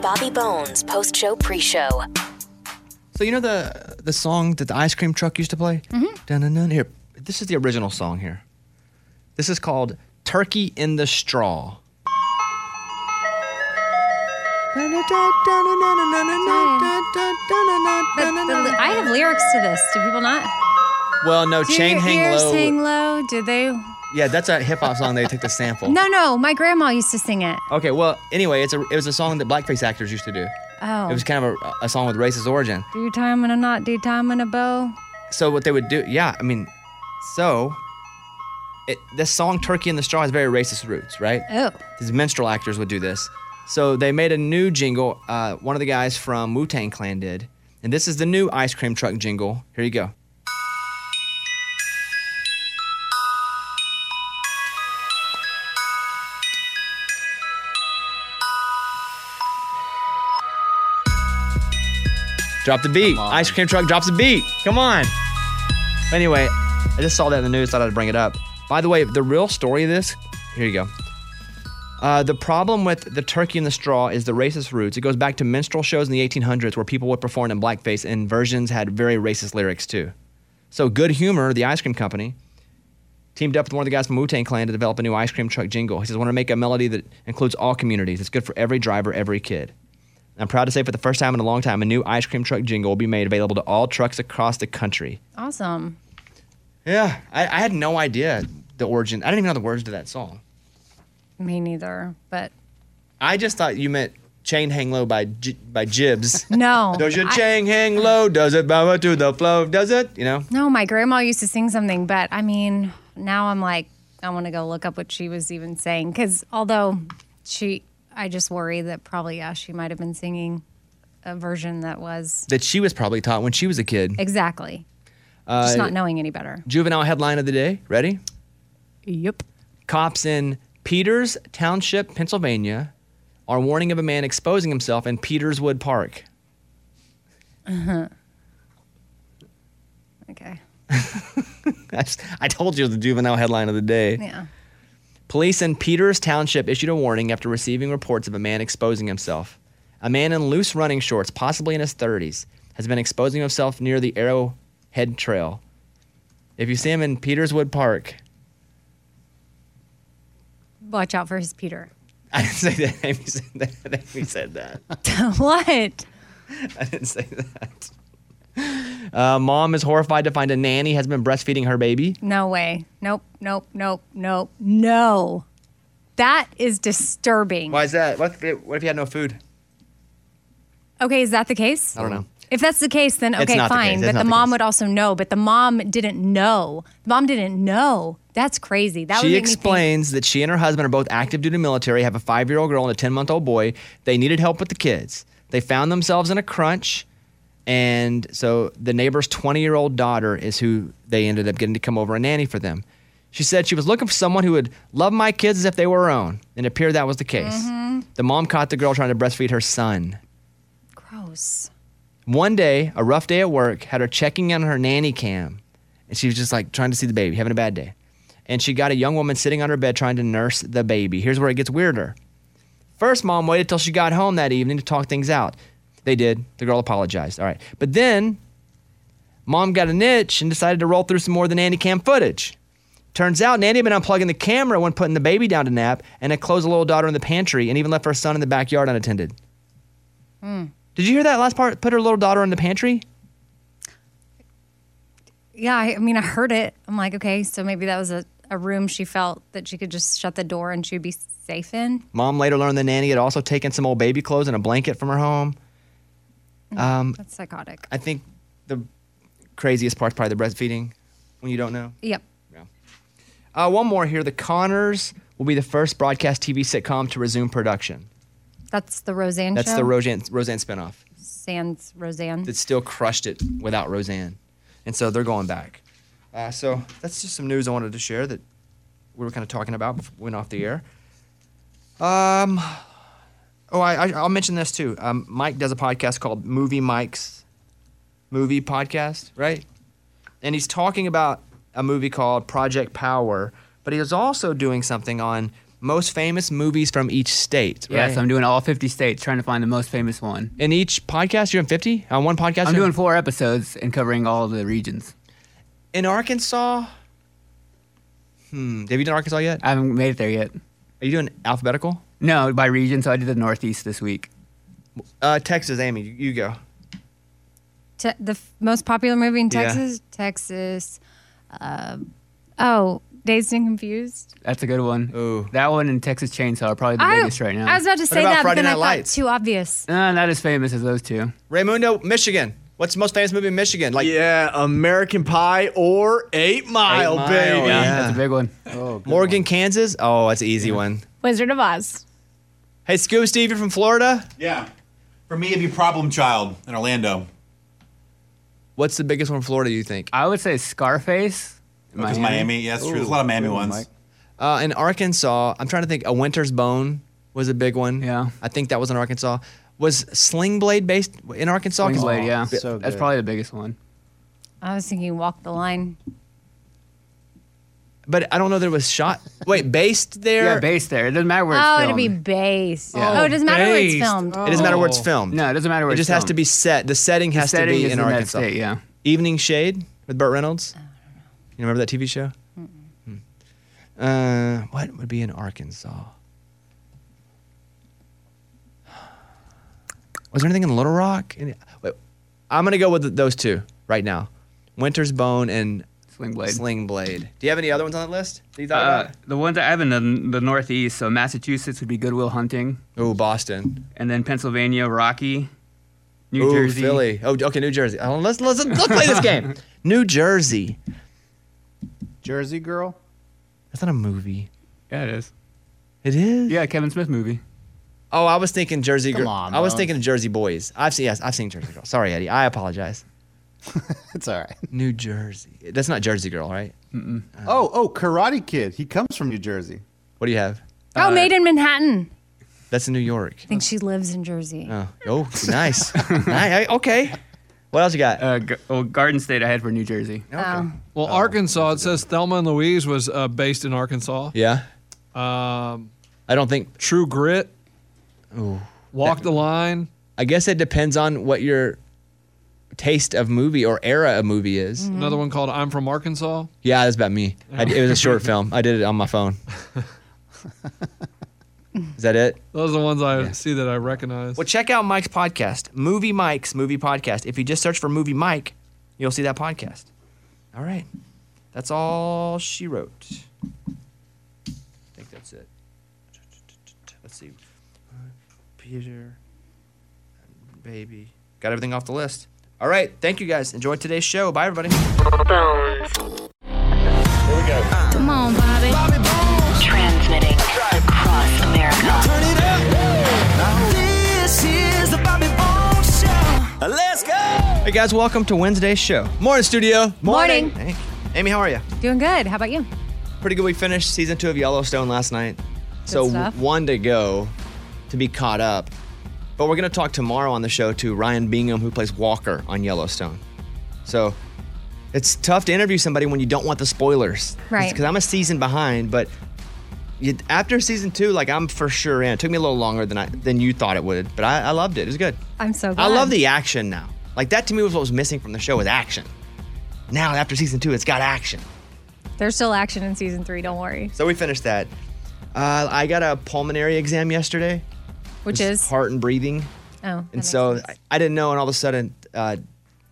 Bobby Bones post show pre show. So you know the the song that the ice cream truck used to play? Mm-hmm. Dun, dun, dun. Here, this is the original song here. This is called Turkey in the Straw. But the, li- I have lyrics to this. Do people not? Well, no, Do Chain your Hang ears Low. hang low? Do they? Yeah, that's a hip hop song they took the sample. No, no. My grandma used to sing it. Okay, well, anyway, it's a it was a song that blackface actors used to do. Oh. It was kind of a, a song with racist origin. do your time in a knot, do your time in a bow. So what they would do, yeah, I mean, so it, this song "Turkey in the Straw" has very racist roots, right? Oh. These minstrel actors would do this. So they made a new jingle. Uh, one of the guys from Wu Tang Clan did, and this is the new ice cream truck jingle. Here you go. Drop the beat. Ice cream truck drops a beat. Come on. Anyway, I just saw that in the news. Thought I'd bring it up. By the way, the real story of this. Here you go. Uh, the problem with the turkey in the straw is the racist roots. It goes back to minstrel shows in the 1800s where people would perform in blackface, and versions had very racist lyrics too. So Good Humor, the ice cream company, teamed up with one of the guys from Wu Tang Clan to develop a new ice cream truck jingle. He says, "I want to make a melody that includes all communities. It's good for every driver, every kid." I'm proud to say for the first time in a long time, a new ice cream truck jingle will be made available to all trucks across the country. Awesome. Yeah, I, I had no idea the origin. I didn't even know the words to that song. Me neither. But I just thought you meant "Chain Hang Low" by J- by Jibs. no. Does your I- chain hang low? Does it bow to the flow? Does it? You know. no, my grandma used to sing something, but I mean, now I'm like, I want to go look up what she was even saying. Because although she, I just worry that probably, yeah, she might have been singing a version that was That she was probably taught when she was a kid. exactly. Uh, just not knowing any better. Juvenile headline of the day. Ready? Yep. Cops in Peters Township, Pennsylvania, are warning of a man exposing himself in Peterswood Park. Uh-huh. Okay. I s- I told you it was the juvenile headline of the day. Yeah. Police in Peters Township issued a warning after receiving reports of a man exposing himself. A man in loose running shorts, possibly in his 30s, has been exposing himself near the Arrowhead Trail. If you see him in Peterswood Park, Watch out for his Peter. I didn't say that. Amy said that. Amy said that. what? I didn't say that. Uh, mom is horrified to find a nanny has been breastfeeding her baby. No way. Nope. Nope. Nope. Nope. No. That is disturbing. is that? What if, what if you had no food? Okay, is that the case? I don't know. If that's the case, then okay, not the case. fine. It's But not the the mom case. would also know. But the mom didn't know. The mom didn't know. That's crazy. That would She make me explains that she and her husband are both active duty military, have a five year old girl and a 10 month old boy. They needed help with the kids. They found themselves in a crunch. And so the neighbor's 20 year old daughter is who they ended up getting to come over a nanny for them. She said she was looking for someone who would love my kids as if they were her own. And it appeared that was the case. The mom caught the girl trying to breastfeed her son. think gross. One day, a rough day at work, had her checking on her nanny cam, and she was just like trying to see the baby, having a bad day. And she got a young woman sitting on her bed trying to nurse the baby. Here's where it gets weirder. First, mom waited till she got home that evening to talk things out. They did. The girl apologized. All right. But then, mom got an itch and decided to roll through some more of the nanny cam footage. Turns out Nanny had been unplugging the camera when putting the baby down to nap and had closed the little daughter in the pantry and even left her son in the backyard unattended. hmm. Did you hear that last part? Put her little daughter in the pantry? Yeah, I, I mean, I heard it. I'm like, okay, so maybe that was a, a room she felt that she could just shut the door and she'd be safe in. Mom later learned the nanny had also taken some old baby clothes and a blanket from her home. Mm, That's psychotic. Um, I think the craziest part's probably the breastfeeding when you don't know. Yep. Uh, one more here. The Connors will be the first broadcast TV sitcom to resume production. That's the Roseanne That's show. the Roseanne, Roseanne spinoff Sans Roseanne. that still crushed it without Roseanne. And so they're going back. Uh, so that's just some news I wanted to share that we were kind of talking about before we went off the air. Um, oh, I, I, I'll mention this too. Um, Mike does a podcast called Movie Mike's Movie Podcast, right? And he's talking about a movie called Project Power, but he is also doing something on most famous movies from each state. Yeah, right? so I'm doing all 50 states trying to find the most famous one. in each podcast, you're in 50 on one podcast. I'm you're in- doing four episodes and covering all the regions. in Arkansas. Hmm. Have you done Arkansas yet? I haven't made it there yet. Are you doing alphabetical? No, by region. So I did the Northeast this week. Uh, Texas, Amy, you, you go. Te- the f- most popular movie in Yeah. Texas? Texas. Uh, oh, Dazed and Confused. That's a good one. Ooh. That one and Texas Chainsaw are probably the biggest right now. I was about to say about that, Friday but then Night I thought Lights? too obvious. Uh, not as famous as those two. Raymundo, Michigan. What's the most famous movie in Michigan? Like Yeah, American Pie or Eight Mile, Mile, baby. yeah. Oh, That's a big one. Morgan, Kansas. Oh, that's an easy one. Wizard of Oz. Hey, Scoob Steve, you're from Florida. Yeah. For me, it'd be Problem Child in Orlando What's the biggest one in Florida you think? I would say Scarface. because Oh, Miami. Yeah, that's true. There's a lot of Miami ones. Mike. Uh, in Arkansas, I'm trying to think. A Winter's Bone was a big one. Yeah. I think that was in Arkansas. Was Sling Blade based in Arkansas? 'Cause- Blade, yeah. so That's good. probably the biggest one. I was thinking Walk the Line. But I don't know that it was shot. Wait, based there? Yeah, based there. It doesn't matter where it's Oh, filmed. it'd be based. Yeah. Oh, it doesn't matter where it's Based. filmed. It doesn't matter where it's filmed. No, it doesn't matter where It it's just has filmed. to be set. The setting has setting to be is in in that Arkansas. state, yeah. Evening Shade with Burt Reynolds. You remember that TV show? Hmm. Uh, what would be in Arkansas? Was there anything in Little Rock? Any- wait, I'm gonna go with those two right now: Winter's Bone and Sling Blade. Sling Blade. Do you have any other ones on that list? that you thought Uh, about? the ones I have in the, the Northeast, so Massachusetts would be Goodwill Hunting, Oh, Boston. and then Pennsylvania, Rocky, New Ooh, Jersey. Philly. Oh, okay, New Jersey. Oh, let's let's let's play this game. New Jersey. Jersey Girl. That's not a movie. Yeah, it is. It is. Yeah, Kevin Smith movie. Oh, I was thinking Jersey Come Girl. on, I was Bones. thinking of Jersey Boys. I've seen yes, I've seen Jersey Girl. Sorry, Eddie. I apologize. It's all right. New Jersey. That's not Jersey Girl, right? Oh, oh, Karate Kid. He comes from New Jersey. What do you have? Oh, Made in Manhattan. That's in New York. I think she lives in Jersey. Oh, oh nice. nice. Okay. What else you got? Uh, G- oh, Garden State I had for New Jersey. Oh. Well, Arkansas, it says Thelma and Louise was uh, based in Arkansas. yeah. Um, I don't think. True Grit. Walk the Line. I guess it depends on what your taste of movie or era of movie is. Mm-hmm. Another one called I'm from Arkansas. Yeah, that's about me. I, it was a short film. I did it on my phone. Is that it? Those are the ones I see that I recognize. Well, check out Mike's podcast, Movie Mike's Movie Podcast. If you just search for Movie Mike, you'll see that podcast. All right. That's all she wrote. I think that's it. Let's see. Peter, baby. Got everything off the list. All right. Thank you guys. Enjoy today's show. Bye, everybody. Bones. Come on, Bobby. Transmitting across America. Hey, guys. Welcome to Wednesday's show. Morning, studio. Morning. Hey. Amy, how are you? Doing good. How about you? pretty good. We finished season two of Yellowstone last night. so stuff. one to go to be caught up. But we're going to talk tomorrow on the show to Ryan Bingham, who plays Walker on Yellowstone. So it's tough to interview somebody when you don't want the spoilers. Right. Because I'm a season behind, but you, after season two, like I'm for sure in. It took me a little longer than I than you thought it would, but I, I loved it. It was good. I'm so glad. I love the action now. Like that to me was what was missing from the show was action. Now after season two, it's got action. There's still action in season three. Don't worry. So we finished that. Uh, I got a pulmonary exam yesterday, Which is heart and breathing, oh. and so I, I didn't know. And all of a sudden, uh,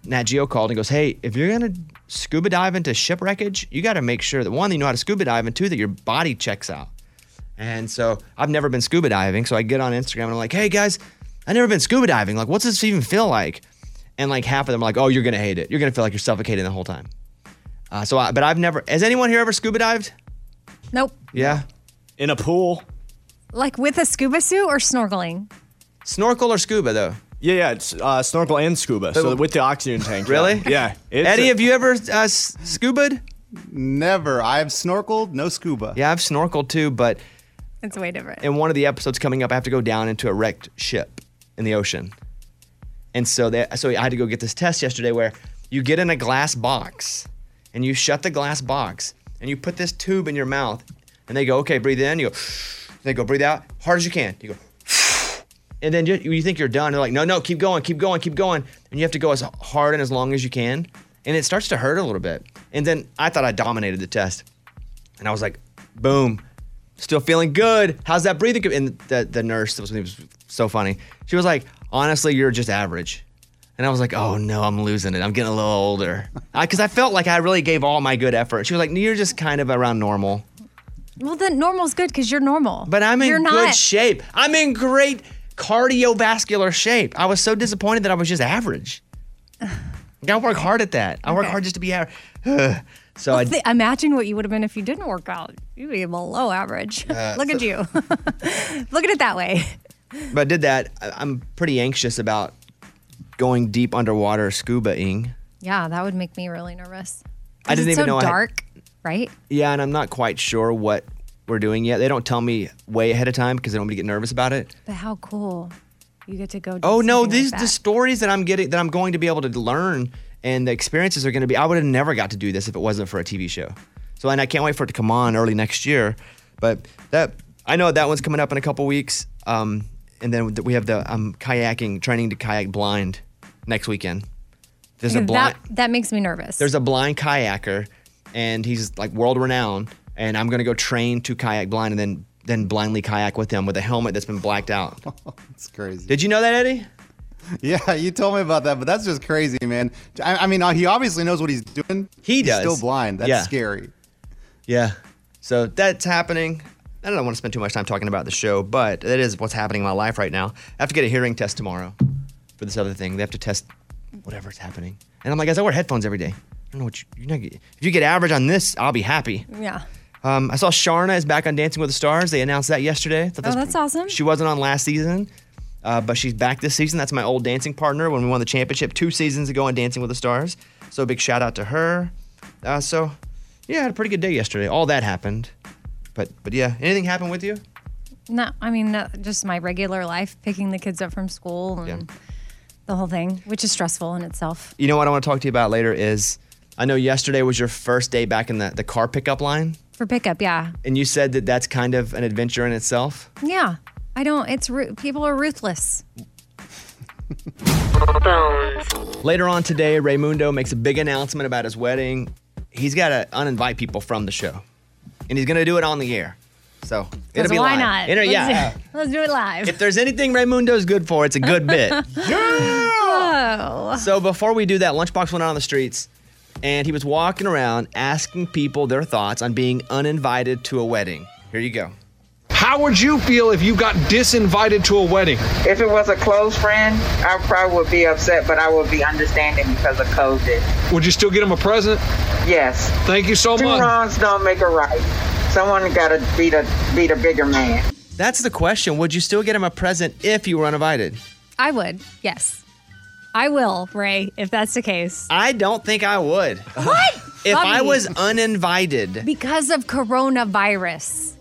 Nat Geo called and goes, "Hey, if you're gonna scuba dive into shipwreckage, you got to make sure that one, that you know how to scuba dive, and two, that your body checks out." And so I've never been scuba diving, so I get on Instagram and I'm like, "Hey guys, I've never been scuba diving. Like, what's this even feel like?" And like half of them are like, "Oh, you're gonna hate it. You're gonna feel like you're suffocating the whole time." Uh, so, I, but I've never. Has anyone here ever scuba dived? nope. Yeah. In a pool. Like with a scuba suit or snorkeling? Snorkel or scuba though? Yeah, yeah. It's uh, snorkel and scuba. so with the oxygen tank. Really? Yeah. It's Eddie, a- have you ever uh, s- scubaed? Never. I've snorkeled, no scuba. Yeah, I've snorkeled too, but It's way different. in one of the episodes coming up, I have to go down into a wrecked ship in the ocean. And so they, so I had to go get this test yesterday where you get in a glass box and you shut the glass box and you put this tube in your mouth and they go, okay, breathe in. You go, They go breathe out hard as you can. You go, and then you, you think you're done. They're like, no, no, keep going, keep going, keep going, and you have to go as hard and as long as you can, and it starts to hurt a little bit. And then I thought I dominated the test, and I was like, boom, still feeling good. How's that breathing? co-" And the the nurse that was, it was so funny. She was like, honestly, you're just average. And I was like, oh no, I'm losing it. I'm getting a little older. Because I, felt like I really gave all my good effort. She was like, no, you're just kind of around normal. Well, then normal's good because you're normal. But I'm in you're good not. shape. I'm in great cardiovascular shape. I was so disappointed that I was just average. Like, I work hard at that. I work Okay. hard just to be average. so I, Th- Imagine what you would have been if you didn't work out. You'd be below average. Look at you. Look at it that way. but I did that. I, I'm pretty anxious about going deep underwater scuba-ing. Yeah, that would make me really nervous. I 'Cause didn't it's even so know I had- dark, right? Yeah, and I'm not quite sure what we're doing yet. They don't tell me way ahead of time because they don't want me to get nervous about it. But how cool! You get to go. do Oh no, something these like the that. stories that I'm getting that I'm going to be able to learn and the experiences are going to be. I would have never got to do this if it wasn't for a TV show. So and I can't wait for it to come on early next year. But that I know that one's coming up in a couple weeks. Um, and then we have the I'm kayaking training to kayak blind next weekend. There's a blind. that that makes me nervous. there's a blind kayaker and he's like world renowned and i'm going to go train to kayak blind and then then blindly kayak with him with a helmet that's been blacked out It's crazy. did you know that eddie yeah, you told me about that, but that's just crazy, man. I, I mean, uh, he obviously knows what he's doing. He He's does. Still blind. That's Yeah. scary. yeah so that's happening i don't want to spend too much time talking about the show but that is what's happening in my life right now i have to get a hearing test tomorrow for this other thing they have to test whatever's happening and i'm like guys i wear headphones every day i don't know what you, you're not get- if you get average on this i'll be happy yeah. Um, I saw Sharna is back on Dancing with the Stars. They announced that yesterday. Thought Oh, that's awesome. She wasn't on last season, uh, but she's back this season. That's my old dancing partner when we won the championship two seasons ago on Dancing with the Stars. So big shout out to her. Uh, so yeah, I had a pretty good day yesterday. All that happened, but but yeah, anything happened with you? No, I mean that, just my regular life, picking the kids up from school and the whole thing, which is stressful in itself. You know what I want to talk to you about later is I know yesterday was your first day back in the, the car pickup line, For pickup, yeah, and you said that that's kind of an adventure in itself. yeah. I don't. It's ru- people are ruthless. Bones. Later on today, Raymundo makes a big announcement about his wedding. He's got to uninvite people from the show, and he's going to do it on the air. So it'll 'Cause be why live. not? Inter- let's, yeah. do, let's do it live. if there's anything Raymundo's good for, it's a good bit. Oh. So before we do that, Lunchbox went out on the streets, and he was walking around asking people their thoughts on being uninvited to a wedding. Here you go. How would you feel if you got disinvited to a wedding? If it was a close friend, I probably would be upset, but I would be understanding because of COVID. Would you still get him a present? Yes, Thank you so two much. wrongs don't make a right. Someone got to be the be the bigger man. That's the question. Would you still get him a present if you were uninvited? I would, yes, I will, Ray. If that's the case, I don't think I would. What? if I Bobby. was uninvited. because of coronavirus,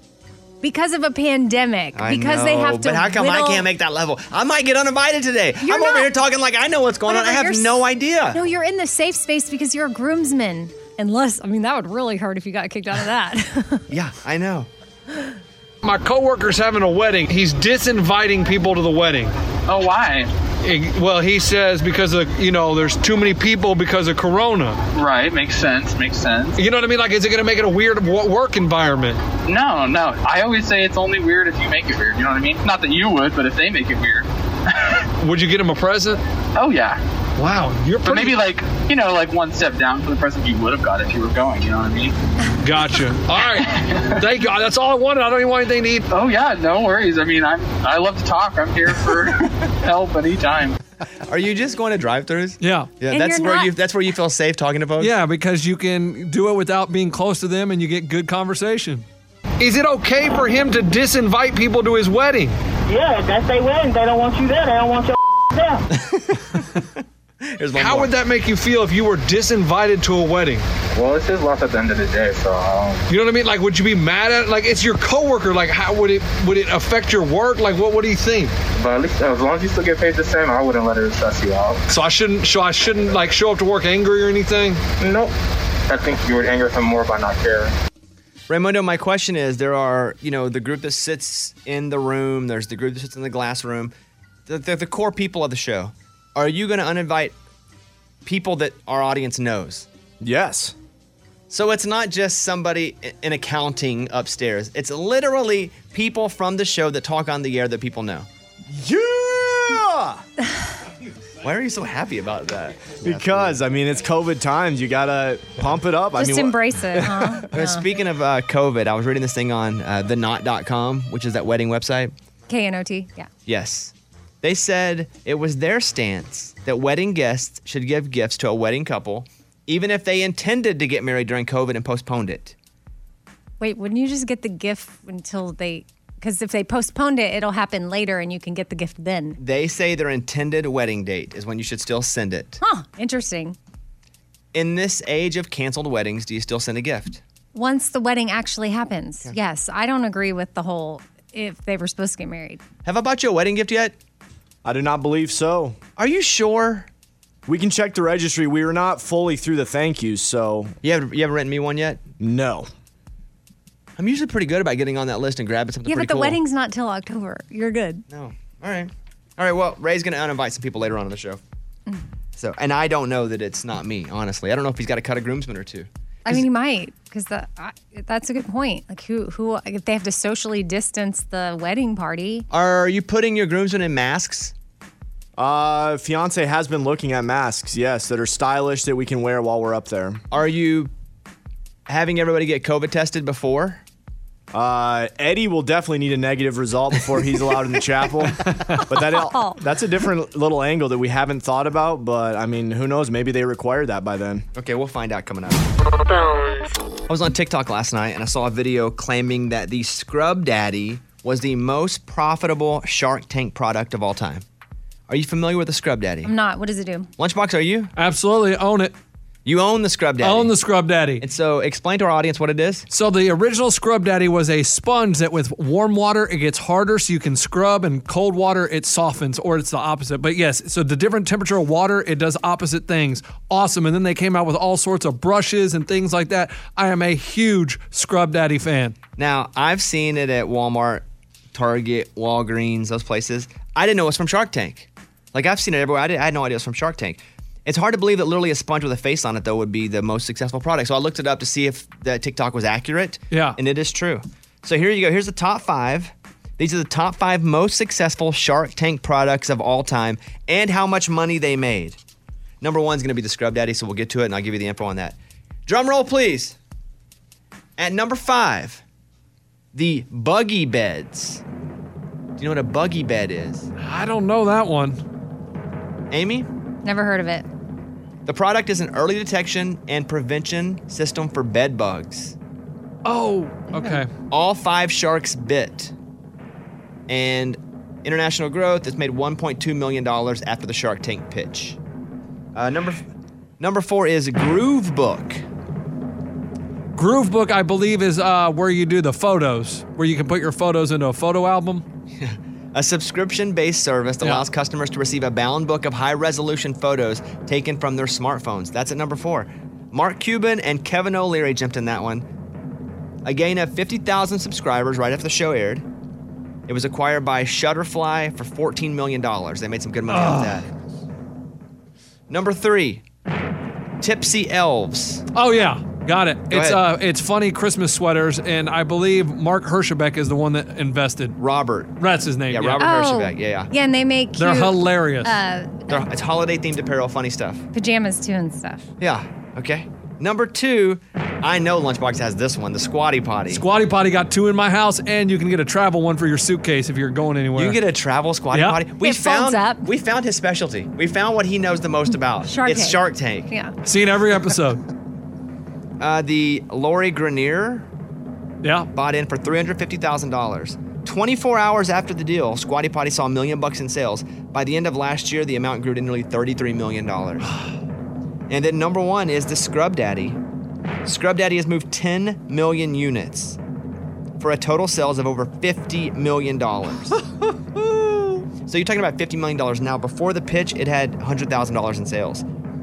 because of a pandemic, I because they know, have to. But how come I whittle- can't make that level? I might get uninvited today. You're I'm over not- here talking like I know what's going on. I Whatever, have you're s- no idea. No, you're in the safe space because you're a groomsman. Unless, I mean, that would really hurt if you got kicked out of that. yeah, I know. My coworker's having a wedding. He's disinviting people to the wedding. Oh, why? It- well, he says because of you know there's too many people because of Corona. Right, makes sense, makes sense. You know what I mean? Like, is it gonna make it a weird wo- work environment? No, no, I always say it's only weird if you make it weird, you know what I mean? Not that you would, but if they make it weird. Would you get him a present? Oh, yeah. Wow, you're But maybe pretty. like you know, like one step down from the present you would have got if you were going. You know what I mean? Gotcha. All right. Thank you. That's all I wanted. I don't even want anything to eat. Oh yeah, no worries. I mean, I'm I love to talk. I'm here for help anytime. Are you just going to drive-throughs? Yeah. Yeah, And that's you're where not- you that's where you feel safe talking to folks. Yeah, because you can do it without being close to them and you get good conversation. Is it okay for him to disinvite people to his wedding? Yeah, that's they wedding. They don't want you there. They don't want your there. Here's one How more. would that make you feel if you were disinvited to a wedding? Well, it's his loss at the end of the day, so I You know what I mean? Like, would you be mad at? Like, it's your coworker. Like, how would it would it affect your work? Like, what what do you think? don't, but at least as long as you still get paid the same, I wouldn't let it stress you out. So I shouldn't. So I shouldn't like show up to work angry or anything. Nope. I think you would anger him more by not caring. Raimundo, my question is: There are, you know, the group that sits in the room. There's the group that sits in the glass room. They're, they're the core people of the show. Are you going to uninvite people that our audience knows? Yes. So it's not just somebody i- in accounting upstairs. It's literally people from the show that talk on the air that people know. Yeah. Why are you so happy about that? Because I mean, it's COVID times. You gotta pump it up. I Just mean, wha- embrace it, huh? Uh, Speaking of uh, COVID, I was reading this thing on uh, thenot.com, which is that wedding website. KNOT. Yeah. Yes. They said it was their stance that wedding guests should give gifts to a wedding couple, even if they intended to get married during COVID and postponed it. Wait, wouldn't you just get the gift until they? Because if they postponed it, it'll happen later, and you can get the gift then. They say their intended wedding date is when you should still send it. Huh? Interesting. In this age of canceled weddings, do you still send a gift? Once the wedding actually happens, yes, I don't agree with the whole if they were supposed to get married. Have I bought you a wedding gift yet? I do not believe so. Are you sure? We can check the registry. We were not fully through the thank yous, so You haven't, you haven't written me one yet? no. I'm usually pretty good about getting on that list and grabbing something yeah, pretty but the cool. wedding's not till October. You're good. No. All right. All right. Well, Ray's going to uninvite some people later on in the show. Mm. So, and I don't know that it's not me, honestly. I don't know if he's got to cut a groomsman or two. I mean, you might because that's a good point. Like, who who if they have to socially distance the wedding party? Are you putting your groomsmen in masks? Uh, fiance has been looking at masks, yes, that are stylish that we can wear while we're up there. Are you having everybody get COVID tested before? Uh, Eddie will definitely need a negative result before he's allowed in the chapel. But that that's a different little angle that we haven't thought about. But I mean, who knows? Maybe they require that by then. Okay, we'll find out coming up. I was on TikTok last night and I saw a video claiming that the Scrub Daddy was the most profitable Shark Tank product of all time. Are you familiar with the Scrub Daddy? I'm not. What does it do? Lunchbox, are you? Mm. Absolutely own it. You own the Scrub Daddy. Own the Scrub Daddy. And so explain to our audience what it is. So the original Scrub Daddy was a sponge that with warm water it gets harder so you can scrub and cold water it softens or it's the opposite. But yes, so the different temperature of water it does opposite things. Awesome. And then they came out with all sorts of brushes and things like that. I am a huge Scrub Daddy fan. Now, I've seen it at Walmart, Target, Walgreens, those places. I didn't know it was from Shark Tank. Like, I've seen it everywhere. I, did I had no idea it was from Shark Tank. It's hard to believe that literally a sponge with a face on it, though, would be the most successful product. So I looked it up to see if that TikTok was accurate. Yeah. And it is true. So here you go. Here's the top five. These are the top five most successful Shark Tank products of all time and how much money they made. Number one's going to be the Scrub Daddy, so we'll get to it and I'll give you the info on that. Drum roll, please. At number five, the buggy beds. Do you know what a buggy bed is? I don't know that one. Amy? Never heard of it. The product is an early detection and prevention system for bed bugs. Oh, okay. All five sharks bit. And international growth has made $1.2 million after the Shark Tank pitch. Uh, number, f- number four is Groove Book. Groove Book I believe is uh, where you do the photos, where you can put your photos into a photo album. A subscription based service that Yeah. allows customers to receive a bound book of high resolution photos taken from their smartphones. That's at number four. Mark Cuban and Kevin O'Leary jumped in that one. A gain of 50,000 subscribers right after the show aired. It was acquired by Shutterfly for $14 million. They made some good money off that. Number three, Tipsy Elves. Oh yeah, got it. it's ahead. uh it's funny Christmas sweaters and I believe Mark Hershbeck is the one that invested. Robert. That's his name. Yeah, Robert Hersheyback. Yeah, yeah. Yeah, and they make They're cute, hilarious. uh, They're- It's holiday themed apparel, funny stuff. pajamas too and stuff. Yeah. Okay. Number two, I know Lunchbox has this one, the squatty potty. Squatty potty got two in my house, and you can get a travel one for your suitcase if you're going anywhere. you can get a travel squatty Yeah. potty. We It folds found up. we found his specialty. We found what he knows the most about. Shark it's Tank. Shark Tank. Yeah. seen every episode. Uh, the Lori Grenier yeah, bought in for three hundred fifty thousand dollars. 24 hours after the deal, Squatty Potty saw a million bucks in sales. By the end of last year, the amount grew to nearly $33 million. and then number one is the Scrub Daddy. Scrub Daddy has moved 10 million units for a total sales of over $50 million. so you're talking about $50 million now. Before the pitch, it had $100,000 in sales.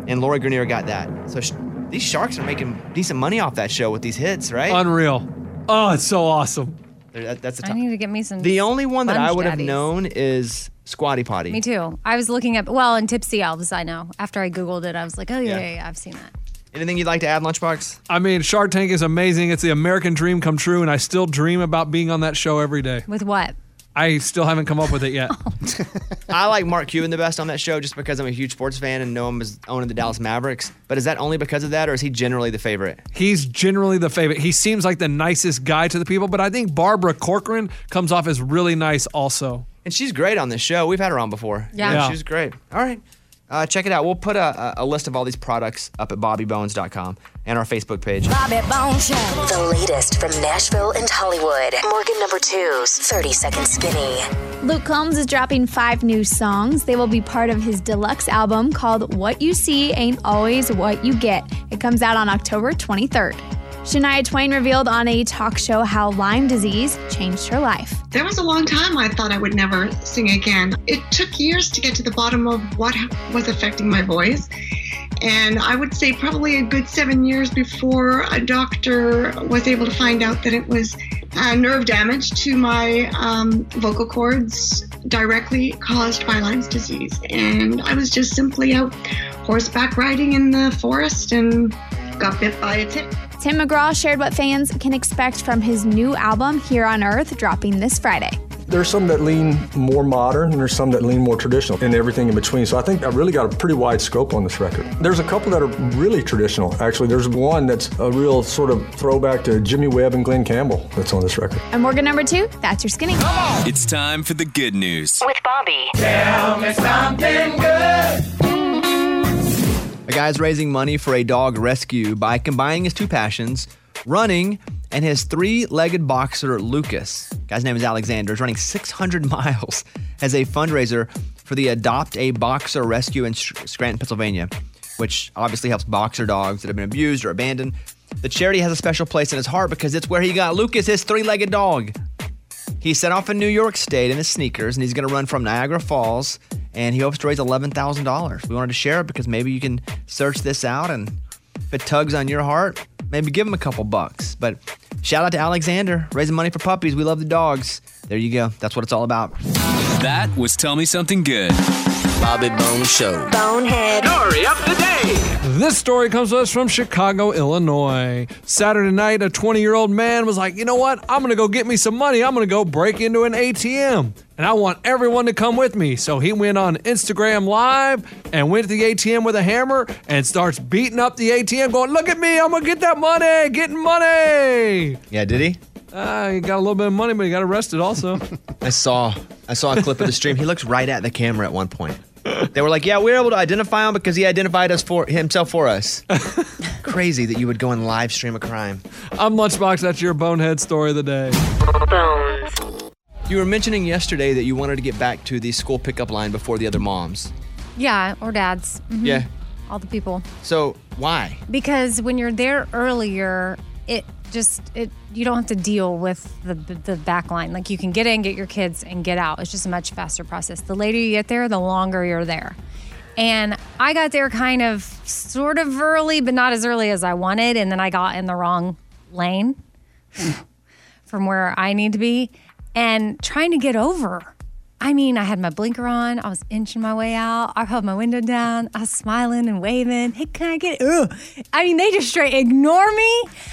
And Lori Grenier got that. So sh- these sharks are making decent money off that show with these hits, right? unreal, Oh, it's so awesome. that's the I need to get me some. The only one that I sponge would have daddies. known is Squatty Potty. Me too. I was looking up, well, and Tipsy Elves, I know. After I Googled it, I was like, oh, yeah, Yeah. yeah, yeah, I've seen that. Anything you'd like to add, Lunchbox? I mean, Shark Tank is amazing. It's the American dream come true, and I still dream about being on that show every day. With what? I still haven't come up with it yet. I like Mark Cuban the best on that show just because I'm a huge sports fan and know him as owning the Dallas Mavericks. But is that only because of that, or is he generally the favorite? He's generally the favorite. He seems like the nicest guy to the people, but I think Barbara Corcoran comes off as really nice also. And she's great on this show. We've had her on before. Yeah. Yeah. she's great. All right. Uh, check it out. We'll put a, a a list of all these products up at bobbybones.com and our Facebook page. Bobby Bones Show. The latest from Nashville and Hollywood. Morgan number two's 30 Second Skinny. Luke Combs is dropping five new songs. They will be part of his deluxe album called What You See Ain't Always What You Get. It comes out on October 23rd. Shania Twain revealed on a talk show how Lyme disease changed her life. There was a long time I thought I would never sing again. It took years to get to the bottom of what was affecting my voice. And I would say probably a good seven years before a doctor was able to find out that it was uh, nerve damage to my um, vocal cords directly caused by Lyme's disease. And I was just simply out horseback riding in the forest and got bit by a tick. Tim McGraw shared what fans can expect from his new album, Here on Earth, dropping this Friday. There's some that lean more modern, and there's some that lean more traditional, and everything in between. So I think I really got a pretty wide scope on this record. There's a couple that are really traditional, actually. There's one that's a real sort of throwback to Jimmy Webb and Glenn Campbell that's on this record. And Morgan number two, that's your skinny. It's time for the good news. With Bobby. Tell me something good. A guy's raising money for a dog rescue by combining his two passions, running and his three-legged boxer Lucas. Guy's name is Alexander. Is running 600 miles as a fundraiser for the Adopt a Boxer Rescue in Sch- Scranton, Pennsylvania, which obviously helps boxer dogs that have been abused or abandoned. The charity has a special place in his heart because it's where he got Lucas, his three-legged dog. He set off in New York State in his sneakers, and he's going to run from Niagara Falls, and he hopes to raise eleven thousand dollars. We wanted to share it because maybe you can search this out, and if it tugs on your heart, maybe give him a couple bucks. But shout out to Alexander raising money for puppies. We love the dogs. There you go. That's what it's all about. That was Tell Me Something Good. Bobby Bone Show. Bonehead. Story of the day. This story comes to us from Chicago, Illinois. Saturday night, a 20 year old man was like, you know what? I'm going to go get me some money. I'm going to go break into an ATM. And I want everyone to come with me. So he went on Instagram Live and went to the ATM with a hammer and starts beating up the ATM, going, look at me. I'm going to get that money, getting money. Yeah, did he? Uh, he got a little bit of money, but he got arrested also. I saw I saw a clip of the stream. He looks right at the camera at one point. They were like, "Yeah, we were able to identify him because he identified us for himself for us." Crazy that you would go and live stream a crime. I'm Lunchbox. That's your bonehead story of the day. You were mentioning yesterday that you wanted to get back to the school pickup line before the other moms. Mm-hmm. Yeah, or dads. Mhm. Yeah. All the people. So why? because when you're there earlier it just it you don't have to deal with the the back line like you can get in get your kids and get out it's just a much faster process the later you get there the longer you're there and i got there kind of sort of early but not as early as i wanted and then i got in the wrong lane from where i need to be and trying to get over I mean, I had my blinker on. I was inching my way out. I held my window down. I was smiling and waving. Hey, can I get? Ugh. I mean, they just straight ignore me.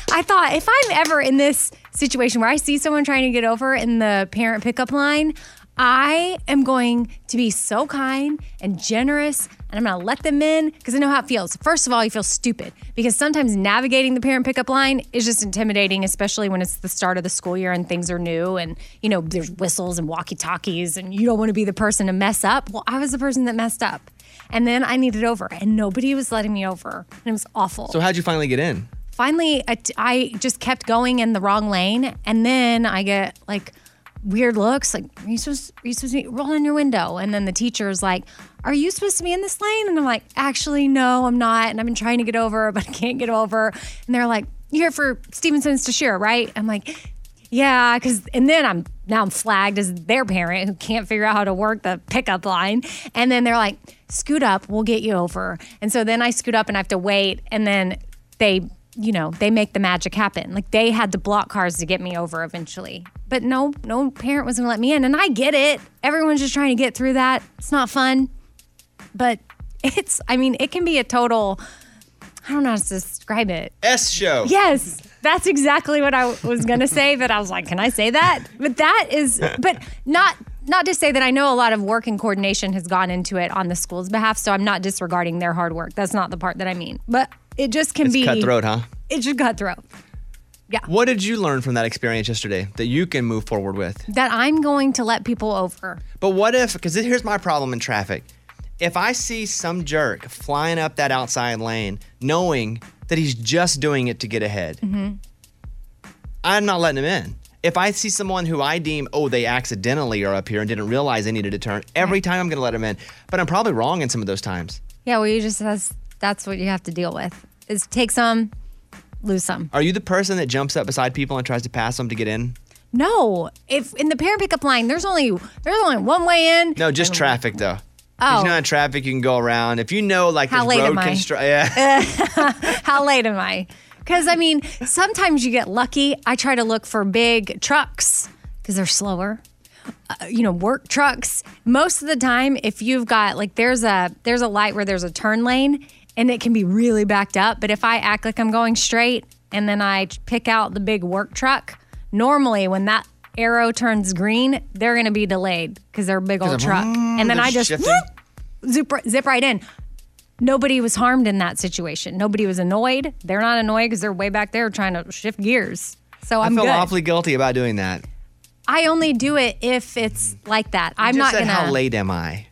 I thought if I'm ever in this situation where I see someone trying to get over in the parent pickup line, I am going to be so kind and generous, and I'm going to let them in because I know how it feels. First of all, you feel stupid because sometimes navigating the parent pickup line is just intimidating, especially when it's the start of the school year and things are new, and you know there's whistles and walkie talkies, and you don't want to be the person to mess up. Well, I was the person that messed up, and then I needed over, and nobody was letting me over, and it was awful So how'd you finally get in? finally I t- I just kept going in the wrong lane and then i get like weird looks like are you supposed, are you supposed to be rolling your window and then the teacher is like are you supposed to be in this lane and i'm like actually no i'm not and i've been trying to get over but i can't get over and they're like you're here for stevenson's to share right i'm like yeah, because and then I'm now I'm flagged as their parent who can't figure out how to work the pickup line, and then they're like, "Scoot up, we'll get you over." And so then I scoot up and I have to wait, and then they you know, they make the magic happen. Like they had to block cars to get me over eventually. But no, no parent was gonna let me in. And I get it. Everyone's just trying to get through that. It's not fun. But it's, I mean, it can be a total, I don't know how to describe it. S show. Yes, that's exactly what I was gonna say, but I was like, can I say that? But that is, but not not to say that I know a lot of work and coordination has gone into it on the school's behalf, so I'm not disregarding their hard work. That's not the part that I mean, but it just can It's be cutthroat, huh? It should cutthroat. What did you learn from that experience yesterday that you can move forward with? That I'm going to let people over. But what if, because here's my problem in traffic. If I see some jerk flying up that outside lane knowing that he's just doing it to get ahead, Mm-hmm. I'm not letting him in. If I see someone who I deem, oh, they accidentally are up here and didn't realize they needed to turn, every time I'm going to let him in. But I'm probably wrong in some of those times. Yeah, well, you just that's that's what you have to deal with. Is take some, lose some. Are you the person that jumps up beside people and tries to pass them to get in? No, if in the parent pickup line, there's only there's only one way in. No, just traffic though. If Oh. you're not in traffic, you can go around. If you know, like, How there's late road am I? constru- yeah. How late am I? Because I mean, sometimes you get lucky. I try to look for big trucks because they're slower. Uh, you know, work trucks. Most of the time, if you've got like there's a there's a light where there's a turn lane and it can be really backed up. But if I act like I'm going straight and then I pick out the big work truck, normally when that arrow turns green, they're going to be delayed because they're a big 'Cause old they're- truck. and then "Mm, they're I just shifting. whoop, zip, ri- zip right in nobody was harmed in that situation. Nobody was annoyed. They're not annoyed because they're way back there trying to shift gears. So I Oh, I'm feel good. awfully guilty about doing that. I only do it if it's like that. I'm You not just said, gonna. How late am I?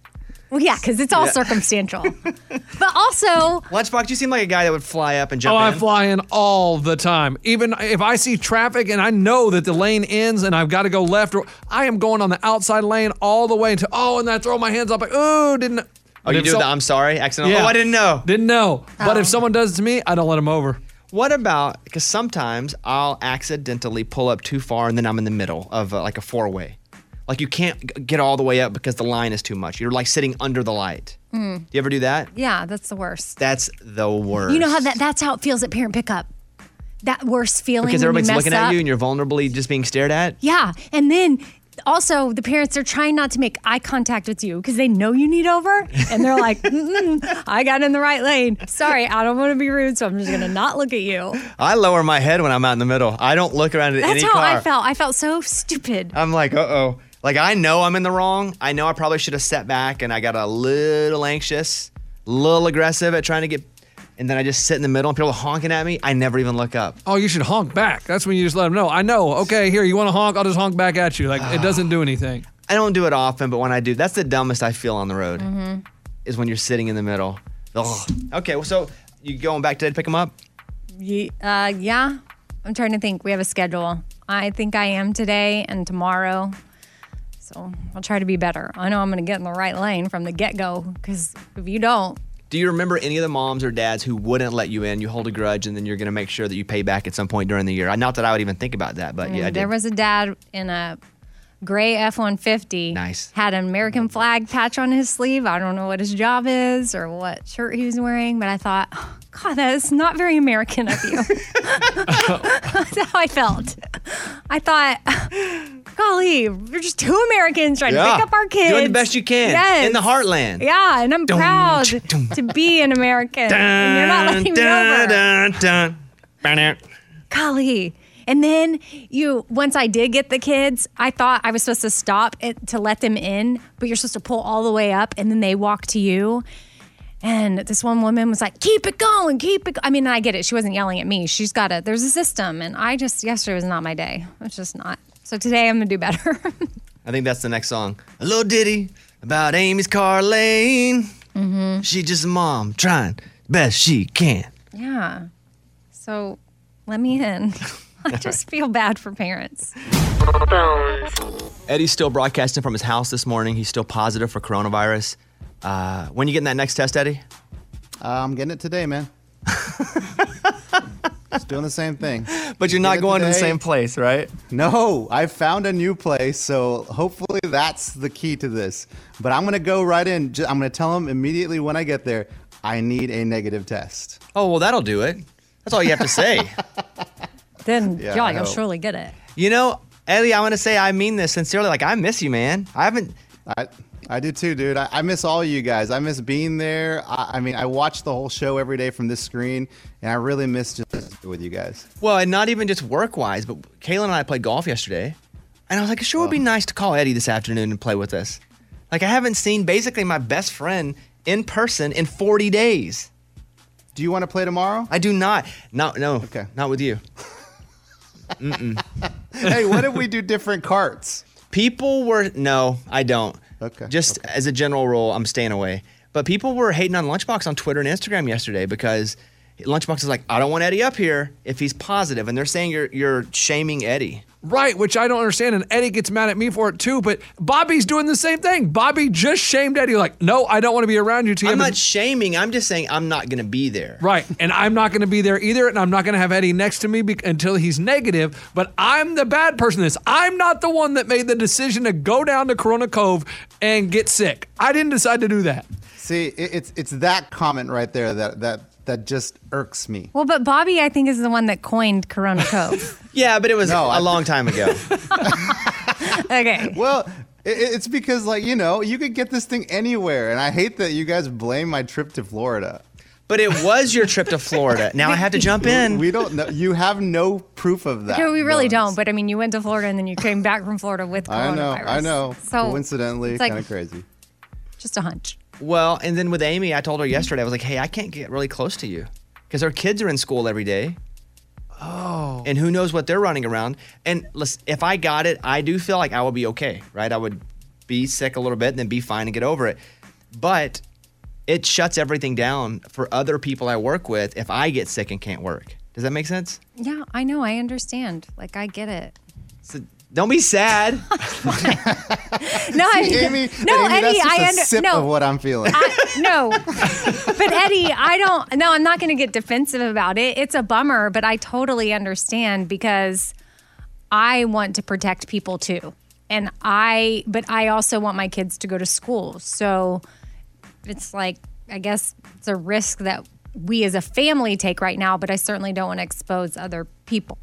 Well, yeah, because it's all Yeah. circumstantial. but also, Lunchbox, you seem like a guy that would fly up and jump oh, I in. fly in all the time. Even if I see traffic and I know that the lane ends and I've got to go left, or I am going on the outside lane all the way until oh, and I throw my hands up like oh, didn't. oh, you do the I'm sorry accidental. Yeah. Oh, I didn't know. Didn't know. Oh. But if someone does it to me, I don't let them over. What about because sometimes I'll accidentally pull up too far and then I'm in the middle of uh, like a four way. Like you can't g- get all the way up because the line is too much. You're like sitting under the light. mm, Do you ever do that? yeah, that's the worst. That's the worst. You know how that that's how it feels at parent pickup. That worst feeling because when you everybody's mess looking up. at you and you're vulnerably just being stared at. Yeah. And then also the parents are trying not to make eye contact with you because they know you need over and they're like, Mm-mm, I got in the right lane. Sorry, I don't want to be rude, so I'm just going to not look at you. I lower my head when I'm out in the middle. I don't look around at That's any how car. I felt. I felt so stupid. I'm like, uh oh. Like I know I'm in the wrong. I know I probably should have stepped back and I got a little anxious, little aggressive at trying to get and then I just sit in the middle and people are honking at me. I never even look up. Oh, you should honk back. That's when you just let them know. I know. Okay, here you want to honk? I'll just honk back at you. Like it doesn't do anything. I don't do it often, but when I do, that's the dumbest I feel on the road Mm-hmm. is when you're sitting in the middle. Ugh. Okay, well so you going back today to pick them up? Ye- uh, yeah. I'm trying to think. We have a schedule. I think I am today and tomorrow. So I'll try to be better. I know I'm going to get in the right lane from the get go because if you don't, Do you remember any of the moms or dads who wouldn't let you in? You hold a grudge and then you're gonna make sure that you pay back at some point during the year. Not that I would even think about that, but yeah, I Mm, there did. was a dad in a gray F one fifty. Nice. Had an American flag patch on his sleeve. I don't know what his job is or what shirt he was wearing, but I thought, "Oh, God, that is not very American of you. That's how I felt. I thought, golly, we're just two Americans trying Yeah. to pick up our Doing kids. the best you can in Yes. the heartland. Yeah, and I'm Dun, proud to be an American. and you're not letting me over Dun, dun, dun, dun. golly. And then you, once I did get the kids, I thought I was supposed to stop it to let them in, but you're supposed to pull all the way up and then they walk to you. And this one woman was like, keep it going, keep it. go-" I mean, I get it. She wasn't yelling at me. She's got a, there's a system. And I just, yesterday was not my day. It's just not. So today I'm going to do better. I think that's the next song. A little ditty about Amy's car lane. mm-hmm. She just a mom trying best she can. Yeah. So let me in. I just feel bad for parents. Eddie's still broadcasting from his house this morning. He's still positive for coronavirus. Uh, when you getting that next test, Eddie? Uh, I'm getting it today, man. Just doing the same thing. But you're not going to the same place, right? No, I found a new place, so hopefully that's the key to this. But I'm gonna go right in. ju- I'm gonna tell them immediately when I get there. I need a negative test. Oh well, that'll do it. That's all you have to say. Then Yeah, Mm, yeah, I you'll hope. surely get it. you know, Ellie, I want to say I mean this sincerely. Like I miss you, man. I haven't. I, I do too, dude. I, I miss all you guys. I miss being there. I, I mean, I watch the whole show every day from this screen, and I really miss just with you guys. Well, and not even just work wise, but Kaylin and I played golf yesterday, and I was like, it sure would be nice to call Eddie this afternoon and play with us. Like I haven't seen basically my best friend in person in 40 days. Do you want to play tomorrow? I do not. Not no. Okay. Not with you. Mm-mm. hey, what if we do different carts? People were no, I don't. Okay. Just as a general rule, I'm staying away. But people were hating on Lunchbox on Twitter and Instagram yesterday because Lunchbox is like, I don't want Eddie up here if he's positive, and they're saying you're you're shaming Eddie. Right, which I don't understand, and Eddie gets mad at me for it too. But Bobby's doing the same thing. Bobby just shamed Eddie, like, "No, I don't want to be around you." Till you I'm have a- not shaming. I'm just saying I'm not going to be there. Right. And I'm not going to be there either. And I'm not going to have Eddie next to me bec until he's negative. But I'm the bad person. in This I'm not the one that made the decision to go down to Corona Cove and get sick. I didn't decide to do that. See, it, it's it's that comment right there that that that just irks me. Well, but Bobby, I think, is the one that coined Corona Cove. Yeah, but it was a long time ago. okay. Well, i- i it's because like you know you could get this thing anywhere, and I hate that you guys blame my trip to Florida. But it was your trip to Florida. Now I have to jump in. We don't know. You have no proof of that. no, we really don't. But I mean, you went to Florida and then you came back from Florida with coronavirus. I know. I know. So Coincidentally, it's like- kind of crazy. just a hunch. Well, and then with Amy, I told her yesterday, I was like, hey, I can't get really close to you because her kids are in school every day. Oh. And who knows what they're running around. And listen, if I got it, I do feel like I would be okay, right? I would be sick a little bit and then be fine and get over it. But it shuts everything down for other people I work with if I get sick and can't work. Does that make sense? Yeah, I know. I understand. Like, I get it. So don't be sad. No, I, See, Amy, no, Amy, Eddie, that's just I a under, sip no, of what I'm feeling. I- no. But Eddie, I don't. No, I'm not going to get defensive about it. It's a bummer, but I totally understand because I want to protect people too, and I. But I also want my kids to go to school, so it's like I guess it's a risk that we as a family take right now. But I certainly don't want to expose other people.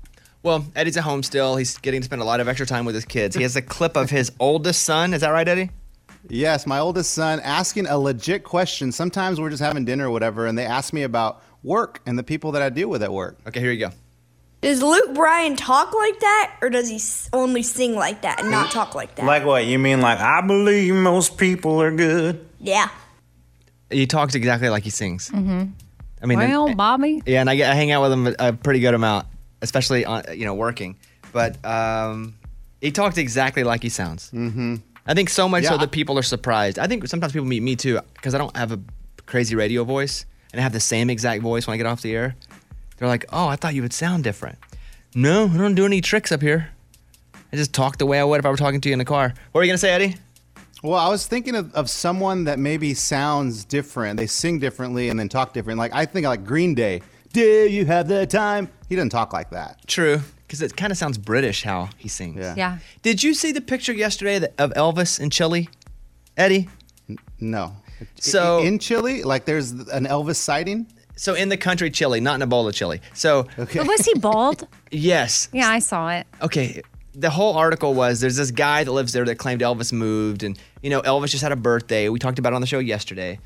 Well, Eddie's at home still. He's getting to spend a lot of extra time with his kids. He has a clip of his oldest son. Is that right, Eddie? Yes, my oldest son asking a legit question. Sometimes we're just having dinner or whatever, and they ask me about work and the people that I deal with at work. Okay, here you go. Does Luke Bryan talk like that, or does he s- only sing like that and not talk like that? Like what? You mean like I believe most people are good? Yeah. He talks exactly like he sings. Mm-hmm. I mean, well, Bobby, yeah, and I, get- I hang out with him a pretty good amount, especially on you know working. But um, he talks exactly like he sounds. Mm-hmm. I think so much so Yeah. that people are surprised. I think sometimes people meet me too because I don't have a crazy radio voice and I have the same exact voice when I get off the air. They're like, "Oh, I thought you would sound different." No, I don't do any tricks up here. I just talk the way I would if I were talking to you in the car. What are you gonna say, Eddie? Well, I was thinking of, of someone that maybe sounds different. They sing differently and then talk different. Like I think like Green Day. Do you have the time? He doesn't talk like that. True, because it kind of sounds British how he sings. Yeah. Did you see the picture yesterday that, of Elvis in Chile, Eddie? No. So in Chile, like there's an Elvis sighting. So in the country Chile, not in Ebola Chile. So but was he bald? yes. yeah, I saw it. Okay. The whole article was there's this guy that lives there that claimed Elvis moved, and you know Elvis just had a birthday. We talked about it on the show yesterday,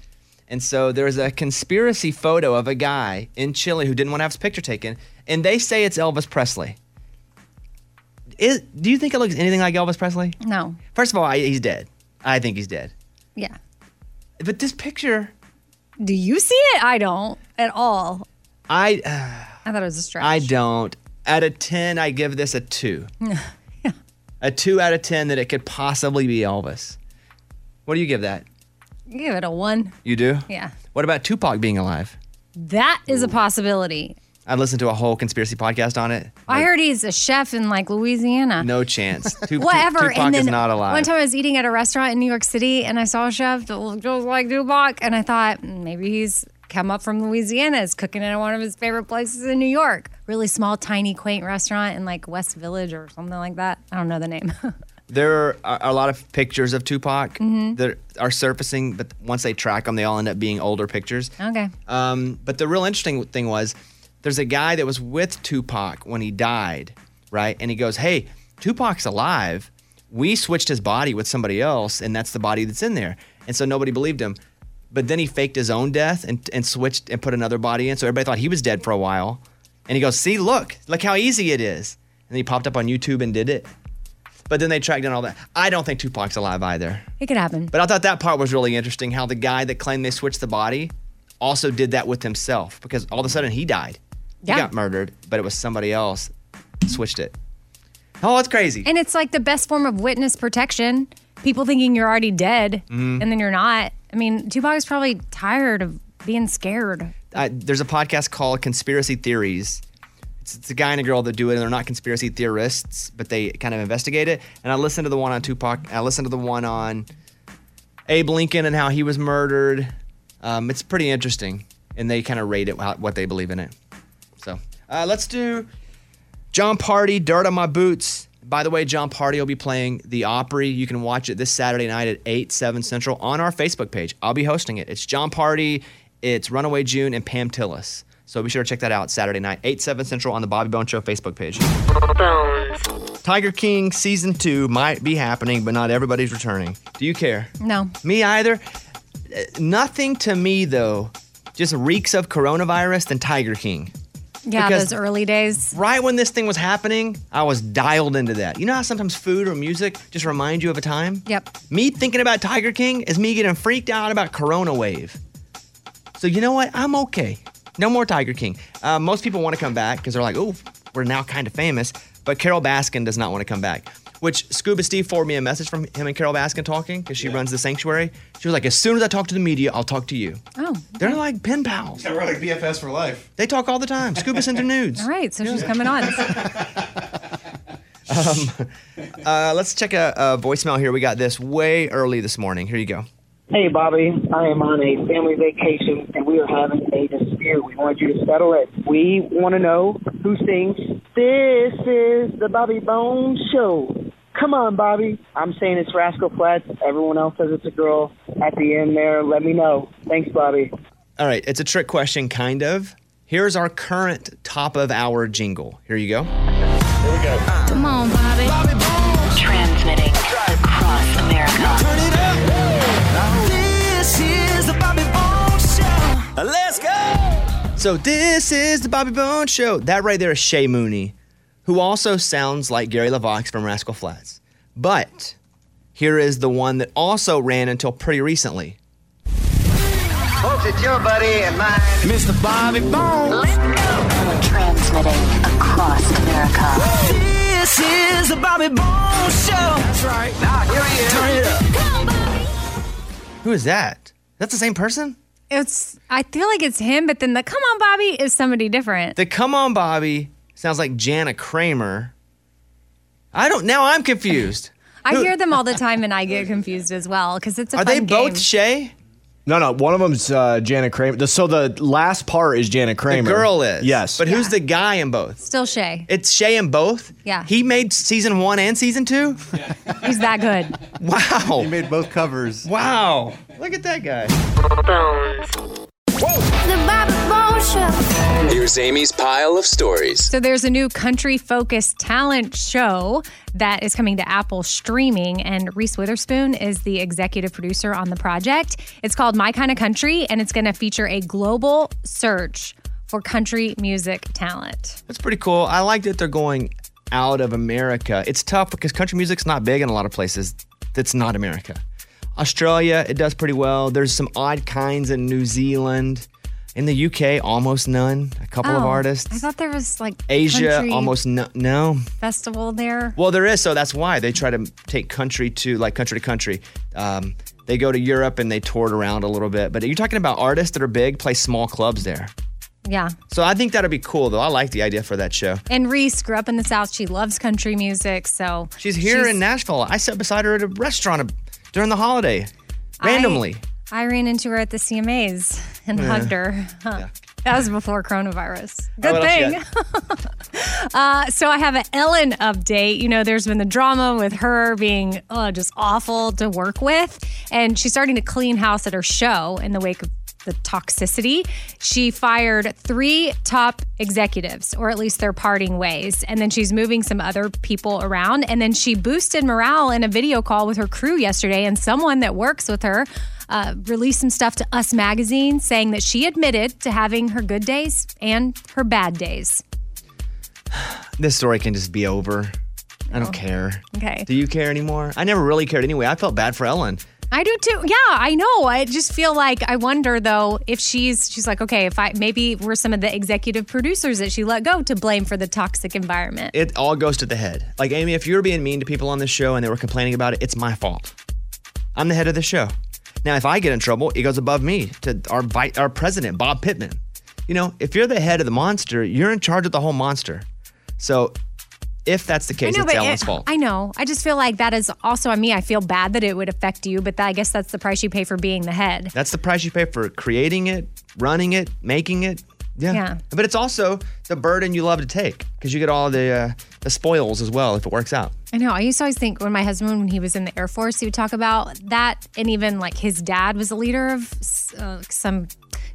and so there's a conspiracy photo of a guy in Chile who didn't want to have his picture taken, and they say it's Elvis Presley. Is, do you think it looks anything like Elvis Presley? No. First of all, I, he's dead. I think he's dead. Yeah. But this picture. Do you see it? I don't at all. I uh, I thought it was a stretch. I don't. Out of ten, I give this a two. A two out of ten that it could possibly be Elvis. What do you give that? Give it a one. You do? Yeah. What about Tupac being alive? That is a possibility. I listened to a whole conspiracy podcast on it. I heard he's a chef in like Louisiana. No chance. Tu- Tu- Whatever. Tupac and then is not One alive. time I was eating at a restaurant in New York City and I saw a chef that looked just like Tupac and I thought "Mm, maybe he's come up from Louisiana, is cooking in one of his favorite places in New York. Really small, tiny, quaint restaurant in like West Village or something like that. I don't know the name. there are a lot of pictures of Tupac Mhm. that are surfacing, but once they track them, they all end up being older pictures. okay. Um, but the real interesting thing was there's a guy that was with Tupac when he died, right? And he goes, "Hey, Tupac's alive. We switched his body with somebody else, and that's the body that's in there." And so nobody believed him. But then he faked his own death and and switched and put another body in, so everybody thought he was dead for a while. And he goes, "See, look, look how easy it is." And he popped up on YouTube and did it. But then they tracked down all that. I don't think Tupac's alive either. It could happen. But I thought that part was really interesting how the guy that claimed they switched the body also did that with himself because all of a sudden he died. Yeah. He got murdered, but it was somebody else switched it. Oh, that's crazy. And it's like the best form of witness protection. People thinking you're already dead Mhm. and then you're not. I mean, Tupac's probably tired of being scared. I, there's a podcast called Conspiracy Theories. It's, it's a guy and a girl that do it, and they're not conspiracy theorists, but they kind of investigate it. And I listened to the one on Tupac. and I listened to the one on Abe Lincoln and how he was murdered. Um, it's pretty interesting, and they kind of rate it how, what they believe in it. So uh, let's do John Party, Dirt on My Boots. By the way, John Party will be playing the Opry. You can watch it this Saturday night at 8, 7 Central on our Facebook page. I'll be hosting it. It's John Party, it's Runaway June, and Pam Tillis. So be sure to check that out Saturday night, 8, 7 Central on the Bobby Bone Show Facebook page. Tiger King Season 2 might be happening, but not everybody's returning. Do you care? No. Me either. Uh, Nothing to me, though, just reeks of coronavirus than Tiger King. Yeah, Because- those early days. Right when this thing was happening, I was dialed into that. You know how sometimes food or music just remind you of a time? Yep. Me thinking about Tiger King is me getting freaked out about Corona Wave. So you know what? I'm okay. No more Tiger King. Uh, most people want to come back because they're like, oh, we're now kind of famous. But Carol Baskin does not want to come back. Which Scuba Steve forwarded me a message from him and Carol Baskin talking because she runs the sanctuary. She was like, as soon as I talk to the media, I'll talk to you. Oh. They're like pen pals. Yeah, we're like BFS for life. They talk all the time. Scuba sends her nudes. All right, so she's coming on. Um, uh, let's check a, a voicemail here. We got this way early this morning. Here you go. Hey, Bobby. I am on a family vacation and we are having a dispute. We want you to settle it. We want to know who sings This is the Bobby Bones Show. Come on, Bobby. I'm saying it's Rascal Flats. Everyone else says it's a girl. At the end there, let me know. Thanks, Bobby. All right, it's a trick question, kind of. Here's our current top of hour jingle. Here you go. Here we go. Come on, Bobby. Transmitting across America. Turn it up. This is the Bobby Bones Show. Let's go. So this is the Bobby Bones Show. That right there is Shay Mooney, who also sounds like Gary LaVox from Rascal Flats. But here is the one that also ran until pretty recently. Folks, it's your buddy and mine, Mr. Bobby Bones. Let's go. Transmitting across America. This is the Bobby Bones Show. That's right. Now, here he is. Turn it up. Who is that? That's the same person? It's I feel like it's him, but then the come on Bobby is somebody different. The Come On Bobby sounds like Jana Kramer. I don't. Now I'm confused. I hear them all the time and I get confused as well because it's a Are fun they both game. Shay? No, no. One of them's uh, Janet Kramer. The- so the last part is Janet Kramer. girl is. Yes. But who's the guy in both? Still Shay. It's Shay in both. Yeah. He made season one and season two. He's that good. Wow. He made both covers. Wow. Look at that guy. The Bobby Bones Show. Here's Amy's pile of stories. So there's a new country focused talent show that is coming to Apple streaming, and Reese Witherspoon is the executive producer on the project. It's called My Kind of Country, and it's going to feature a global search for country music talent. That's pretty cool. I like that they're going out of America. It's tough because country music's not big in a lot of places. That's not America. Australia, it does pretty well. There's some odd kinds in New Zealand. In the UK, almost none. A couple of Oh, artists. I thought there was like Asia, country almost no, no. festival there. Well, there is, so that's why they try to take country to like country to country. Um, they go to Europe and they tour it around a little bit. But you're talking about artists that are big play small clubs there. Yeah. So I think that'd be cool, though. I like the idea for that show. And Reese grew up in the South. She loves country music, so She's here in Nashville. I sat beside her at a restaurant during the holiday, I- randomly. I ran into her at the CMAs and Yeah. hugged her. That was before coronavirus. Oh, Good what else you thing. uh, so I have an Ellen update. You know, there's been the drama with her being uh, just awful to work with, and she's starting to clean house at her show in the wake of the toxicity, she fired three top executives, or at least they're parting ways. And then she's moving some other people around. And then she boosted morale in a video call with her crew yesterday. And someone that works with her uh, released some stuff to Us Magazine saying that she admitted to having her good days and her bad days. This story can just be over. I don't care. Oh. Okay. Do you care anymore? I never really cared anyway. I felt bad for Ellen. I do too. Yeah, I know. I just feel like I wonder though if she's she's like okay if I maybe we're some of the executive producers that she let go to blame for the toxic environment. It all goes to the head. Like Amy, if you were being mean to people on this show and they were complaining about it, it's my fault. I'm the head of the show. Now, if I get in trouble, it goes above me to our vi- our president, Bob Pittman. You know, if you're the head of the monster, you're in charge of the whole monster. So, if that's the case, I know, it's but Ellen's it- fault. I know. I just feel like that is also on me. I feel bad that it would affect you, but that, I guess that's the price you pay for being the head. That's the price you pay for creating it, running it, making it. Yeah. Yeah. But it's also the burden you love to take because you get all the uh, the spoils as well if it works out. I know. I used to always think when my husband, when he was in the Air Force, he would talk about that, and even like his dad was a leader of uh, some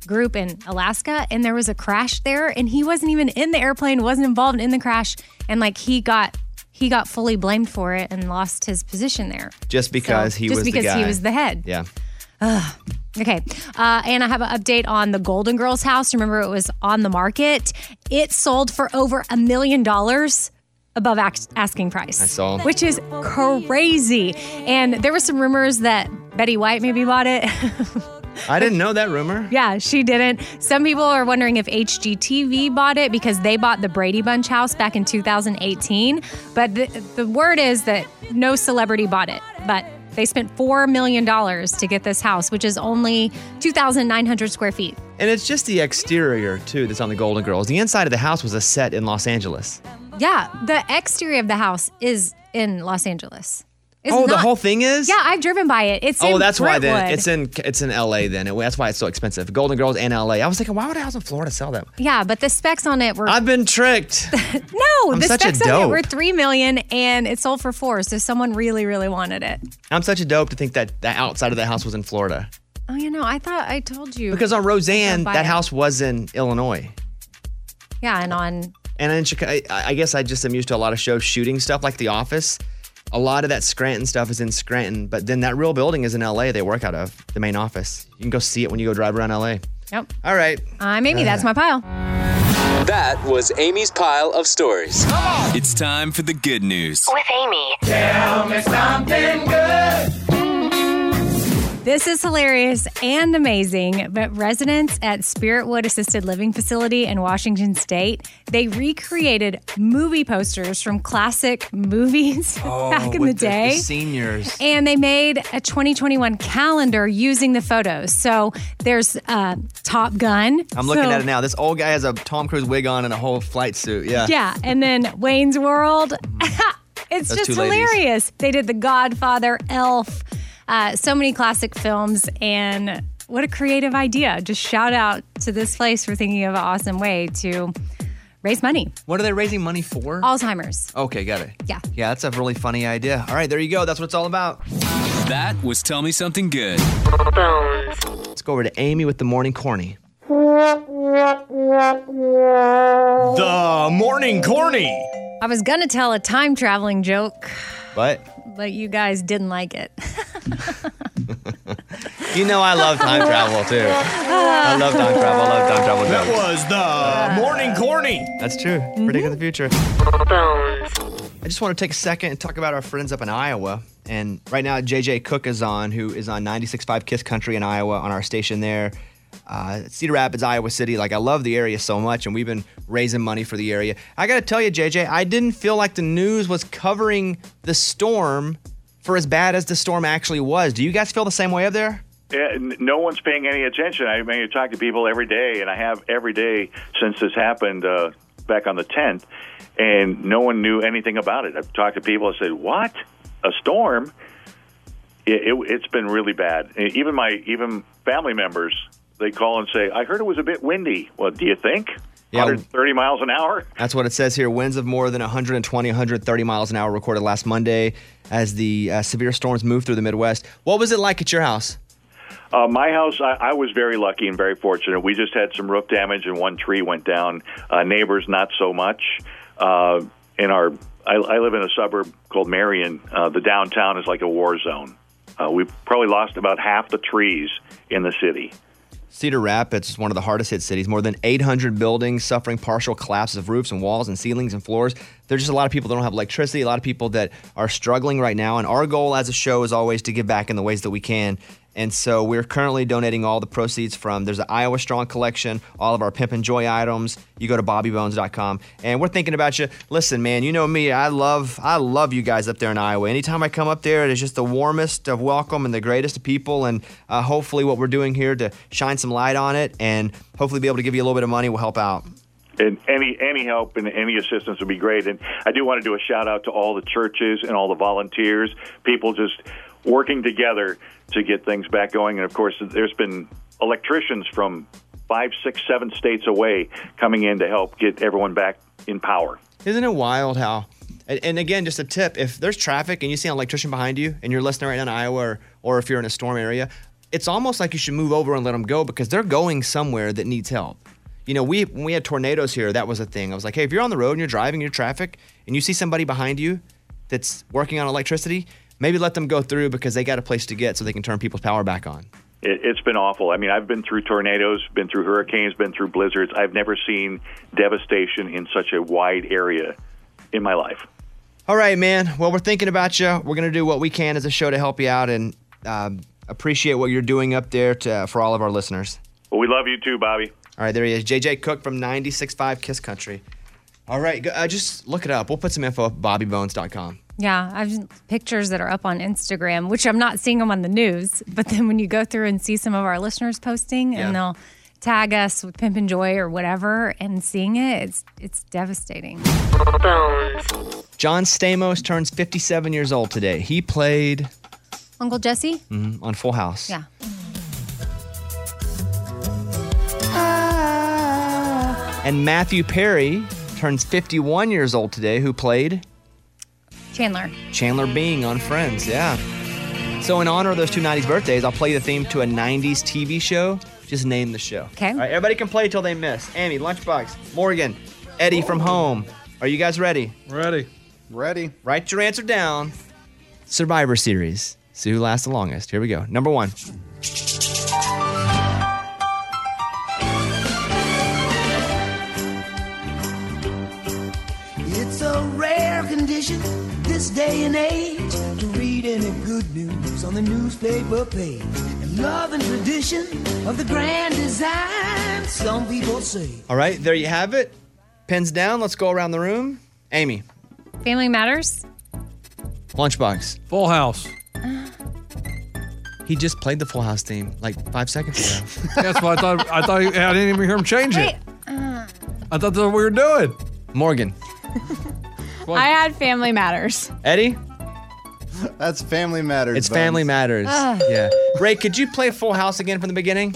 group in Alaska, and there was a crash there, and he wasn't even in the airplane, wasn't involved in the crash, and like he got he got fully blamed for it and lost his position there. Just because So, he just was because the guy. he was the head. Yeah. Ugh. Okay. Uh, and I have an update on the Golden Girls house. Remember, it was on the market. It sold for over a million dollars above ax- asking price. I saw. Which is crazy. And there were some rumors that Betty White maybe bought it. I didn't know that rumor. yeah, she didn't. Some people are wondering if HGTV bought it because they bought the Brady Bunch house back in 2018. But the, the word is that no celebrity bought it. But they spent $4 million to get this house, which is only 2,900 square feet. And it's just the exterior, too, that's on the Golden Girls. The inside of the house was a set in Los Angeles. Yeah, the exterior of the house is in Los Angeles. It's Oh, the not- whole thing is? Yeah, I've driven by it. It's oh, in that's why then Brentwood. it's in it's in LA then. It- that's why it's so expensive. Golden Girls and LA. I was thinking, why would a house in Florida sell that? Yeah, but the specs on it were I've been tricked. no. I'm the such a specs on it were dope. three million, and it sold for four. So someone really, really wanted it. I'm such a dope to think that the outside of that house was in Florida. Oh, you know, I thought I told you Because on Roseanne, buy that it. house was in Illinois. Yeah, and on And in Chicago, I, I guess I just am used to a lot of shows shooting stuff like The Office. A lot of that Scranton stuff is in Scranton, but then that real building is in LA they work out of, the main office. You can go see it when you go drive around LA. Yep. All right. I'm Amy. That's my pile. That was Amy's pile of stories. It's time for the good news. With Amy. Tell me something good. This is hilarious and amazing, but residents at Spiritwood Assisted Living Facility in Washington State, they recreated movie posters from classic movies Oh, back in the day. seniors. And they made a 2021 calendar using the photos. So there's uh, Top Gun. I'm looking So- at it now. This old guy has a Tom Cruise wig on and a whole flight suit. Yeah. Yeah, and then Wayne's World. it's Those just two ladies. hilarious. They did The Godfather, Elf, uh, so many classic films, and what a creative idea! Just shout out to this place for thinking of an awesome way to raise money. What are they raising money for? Alzheimer's. Okay, got it. Yeah. Yeah, that's a really funny idea. All right, there you go. That's what it's all about. That was Tell Me Something Good. Let's go over to Amy with the morning corny. The morning corny. I was gonna tell a time traveling joke, But but you guys didn't like it. you know I love time travel too. I love time travel. I love time travel. That jokes. was the morning corny. That's true. Predicting the future. Mm-hmm. I just want to take a second and talk about our friends up in Iowa. And right now, JJ Cook is on, who is on 96.5 Kiss Country in Iowa on our station there. Uh, Cedar Rapids, Iowa City. Like, I love the area so much, and we've been raising money for the area. I got to tell you, JJ, I didn't feel like the news was covering the storm for as bad as the storm actually was. Do you guys feel the same way up there? Yeah, n- no one's paying any attention. I mean, you talk to people every day, and I have every day since this happened uh, back on the 10th, and no one knew anything about it. I've talked to people and said, "What? A storm?" It, it, it's been really bad. E- Even my even family members they call and say, "I heard it was a bit windy." Well, do you think? Yeah. 130 miles an hour. That's what it says here. Winds of more than 120, 130 miles an hour recorded last Monday as the uh, severe storms moved through the Midwest. What was it like at your house? Uh, my house, I, I was very lucky and very fortunate. We just had some roof damage and one tree went down. Uh, neighbors, not so much. Uh, in our, I, I live in a suburb called Marion. Uh, the downtown is like a war zone. Uh, we probably lost about half the trees in the city. Cedar Rapids is one of the hardest hit cities. More than 800 buildings suffering partial collapses of roofs and walls and ceilings and floors. There's just a lot of people that don't have electricity, a lot of people that are struggling right now. And our goal as a show is always to give back in the ways that we can. And so we're currently donating all the proceeds from there's the Iowa Strong collection, all of our Pimp and Joy items. You go to bobbybones.com and we're thinking about you. Listen, man, you know me. I love I love you guys up there in Iowa. Anytime I come up there, it is just the warmest of welcome and the greatest of people. And uh, hopefully, what we're doing here to shine some light on it and hopefully be able to give you a little bit of money will help out. And any any help and any assistance would be great. And I do want to do a shout out to all the churches and all the volunteers, people just working together to get things back going. And of course, there's been electricians from five, six, seven states away coming in to help get everyone back in power. Isn't it wild how? And, and again, just a tip: if there's traffic and you see an electrician behind you, and you're listening right now in Iowa, or, or if you're in a storm area, it's almost like you should move over and let them go because they're going somewhere that needs help. You know, we when we had tornadoes here, that was a thing. I was like, hey, if you're on the road and you're driving, your traffic, and you see somebody behind you that's working on electricity, maybe let them go through because they got a place to get so they can turn people's power back on. It, it's been awful. I mean, I've been through tornadoes, been through hurricanes, been through blizzards. I've never seen devastation in such a wide area in my life. All right, man. Well, we're thinking about you. We're going to do what we can as a show to help you out and uh, appreciate what you're doing up there to, for all of our listeners. Well, we love you too, Bobby. All right, there he is. JJ Cook from 96.5 Kiss Country. All right, go- uh, just look it up. We'll put some info up at bobbybones.com. Yeah, I've pictures that are up on Instagram, which I'm not seeing them on the news. But then when you go through and see some of our listeners posting, and Yeah. they'll tag us with Pimp and Joy or whatever, and seeing it, it's it's devastating. John Stamos turns 57 years old today. He played Uncle Jesse. mm, on Full House. Yeah. And Matthew Perry turns 51 years old today, who played Chandler. Chandler Bing on Friends. Yeah. So, in honor of those two 90s birthdays, I'll play the theme to a 90s TV show. Just name the show. Okay. All right, everybody can play till they miss. Amy, Lunchbox, Morgan, Eddie from home. Are you guys ready? Ready. Ready. Write your answer down. Survivor Series. See who lasts the longest. Here we go. Number one. It's a rare condition this day and age to read any good news on the newspaper page. And love and tradition of the grand design, some people say. All right, there you have it. Pins down. Let's go around the room. Amy, Family Matters. Lunchbox, Full House. He just played the Full House theme like five seconds ago. That's what I thought. I thought I didn't even hear him change it. uh, I thought that's what we were doing. Morgan. I had Family Matters. Eddie? That's Family Matters. It's Family Matters. Ugh. Yeah. Ray, could you play Full House again from the beginning?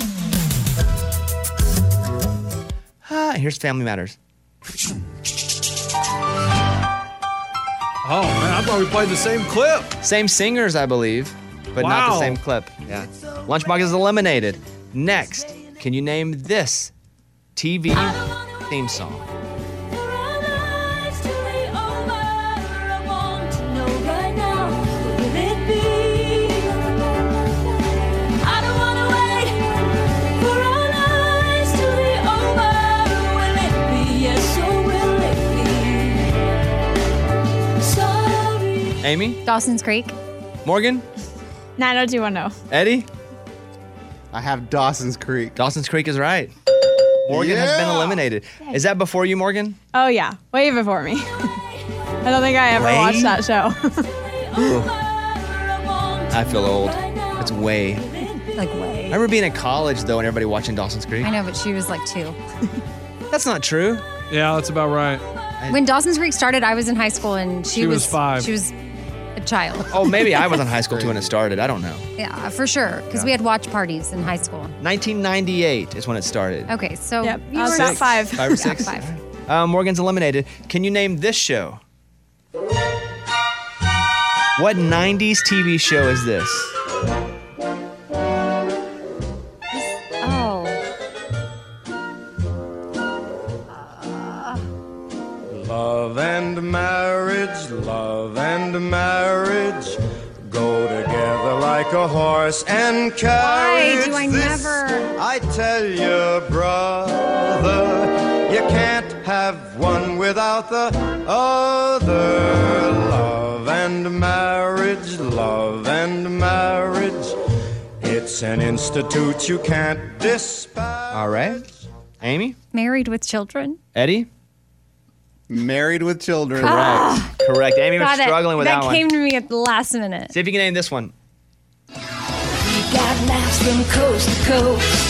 Ah, here's Family Matters. Oh man, I thought we played the same clip. Same singers, I believe, but not the Wow. same clip. Yeah. Lunchbox is eliminated. Next, can you name this TV theme song? Amy, Dawson's Creek. Morgan, 90210. Eddie. I have Dawson's Creek. Dawson's Creek is right. Morgan has been eliminated. Is that before you, Morgan? Oh, yeah. Way before me. I don't think I ever Way? watched that show. I feel old. It's way. Like what? I remember being in college though, and everybody watching Dawson's Creek. I know, but she was like two. That's not true. Yeah, that's about right. When Dawson's Creek started, I was in high school, and she, She was five. She was a child. Oh, maybe I was in high school too when it started. I don't know. Yeah, for sure. Because we had watch parties in high school. 1998 is when it started. Okay, so you I was were about five. Five or Yeah, six? five. Uh, Morgan's eliminated. Can you name this show? What 90s TV show is this? love and marriage go together like a horse and carriage. Why do I This never? I tell you, brother, you can't have one without the other. Love and marriage, love and marriage. It's an institute you can't despise. All right. Amy? Married with children? Eddie? Married with children. Correct. Ah. Correct. Amy was Got it. struggling with that, one. came to me at the last minute. See if you can name this one. Got laughs from coast to coast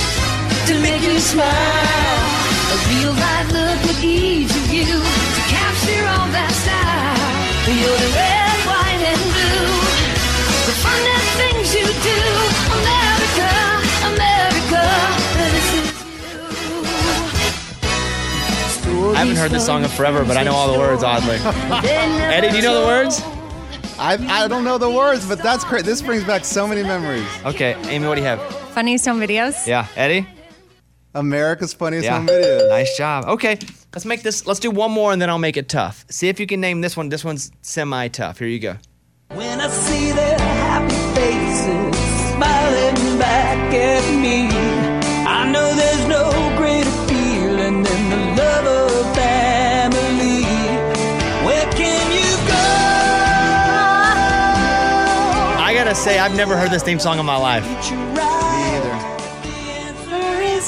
to make you smile. A real life look with each of you to capture all that style. You're the red, white, and blue. The fun and things you do. America, America, this is I haven't heard this song in forever, but I know all the words, oddly. Eddie, do you know the words? I, I don't know the words, but that's great. This brings back so many memories. Okay, Amy, what do you have? Funniest home videos? Yeah, Eddie? America's Funniest Yeah. Home Videos. Nice job. Okay, let's make this, let's do one more and then I'll make it tough. See if you can name this one. This one's semi tough. Here you go. When I see their happy faces smiling back at me, I know there's no greater feeling than the love of family. Where can you go? I gotta say, I've never heard this theme song in my life. Amy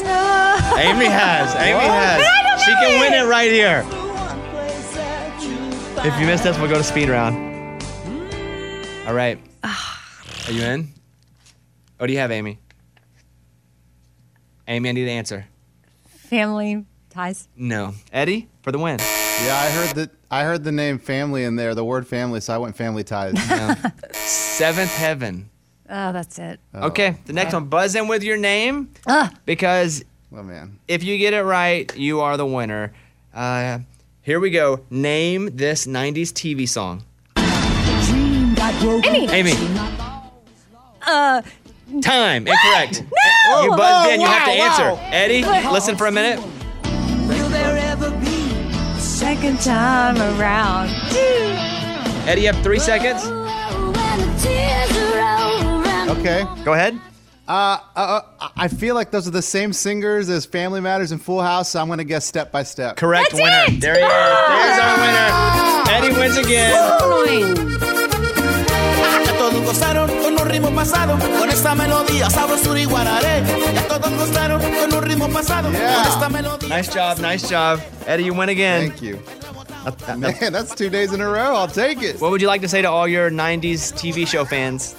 has. Amy has. But I don't she know can it. win it right here. If you miss this, we'll go to speed round. All right. Are you in? What do you have, Amy? Amy, I need an answer. Family ties. No. Eddie, for the win. Yeah, I heard that. I heard the name family in there, the word family, so I went family ties. Seventh heaven. Oh, that's it. Okay, the next Uh-huh. Okay. one. Buzz in with your name Ugh. because oh, man. if you get it right, you are the winner. Uh, here we go. Name this 90s TV song. Amy. Amy. Uh, Time. Incorrect. Eh, No! You buzzed Oh, in. You have to wow, answer. wow. Eddie, But- listen for a minute. Will there ever be second time around. Eddie, you have three seconds. Okay. Go ahead. Uh, uh, uh, I feel like those are the same singers as Family Matters and Full House, so I'm going to guess step by step. Correct winner. There he is. There's Ah! our winner. Eddie wins again. Todos gozaron con un ritmo pasado, con esta melodía sabrosura y guararé. Ya todos gozaron con un ritmo pasado, con esta melodía. Nice job. Nice job. Eddie, you win again. Thank you. Man, that's two days in a row. I'll take it. What would you like to say to all your 90s TV show fans?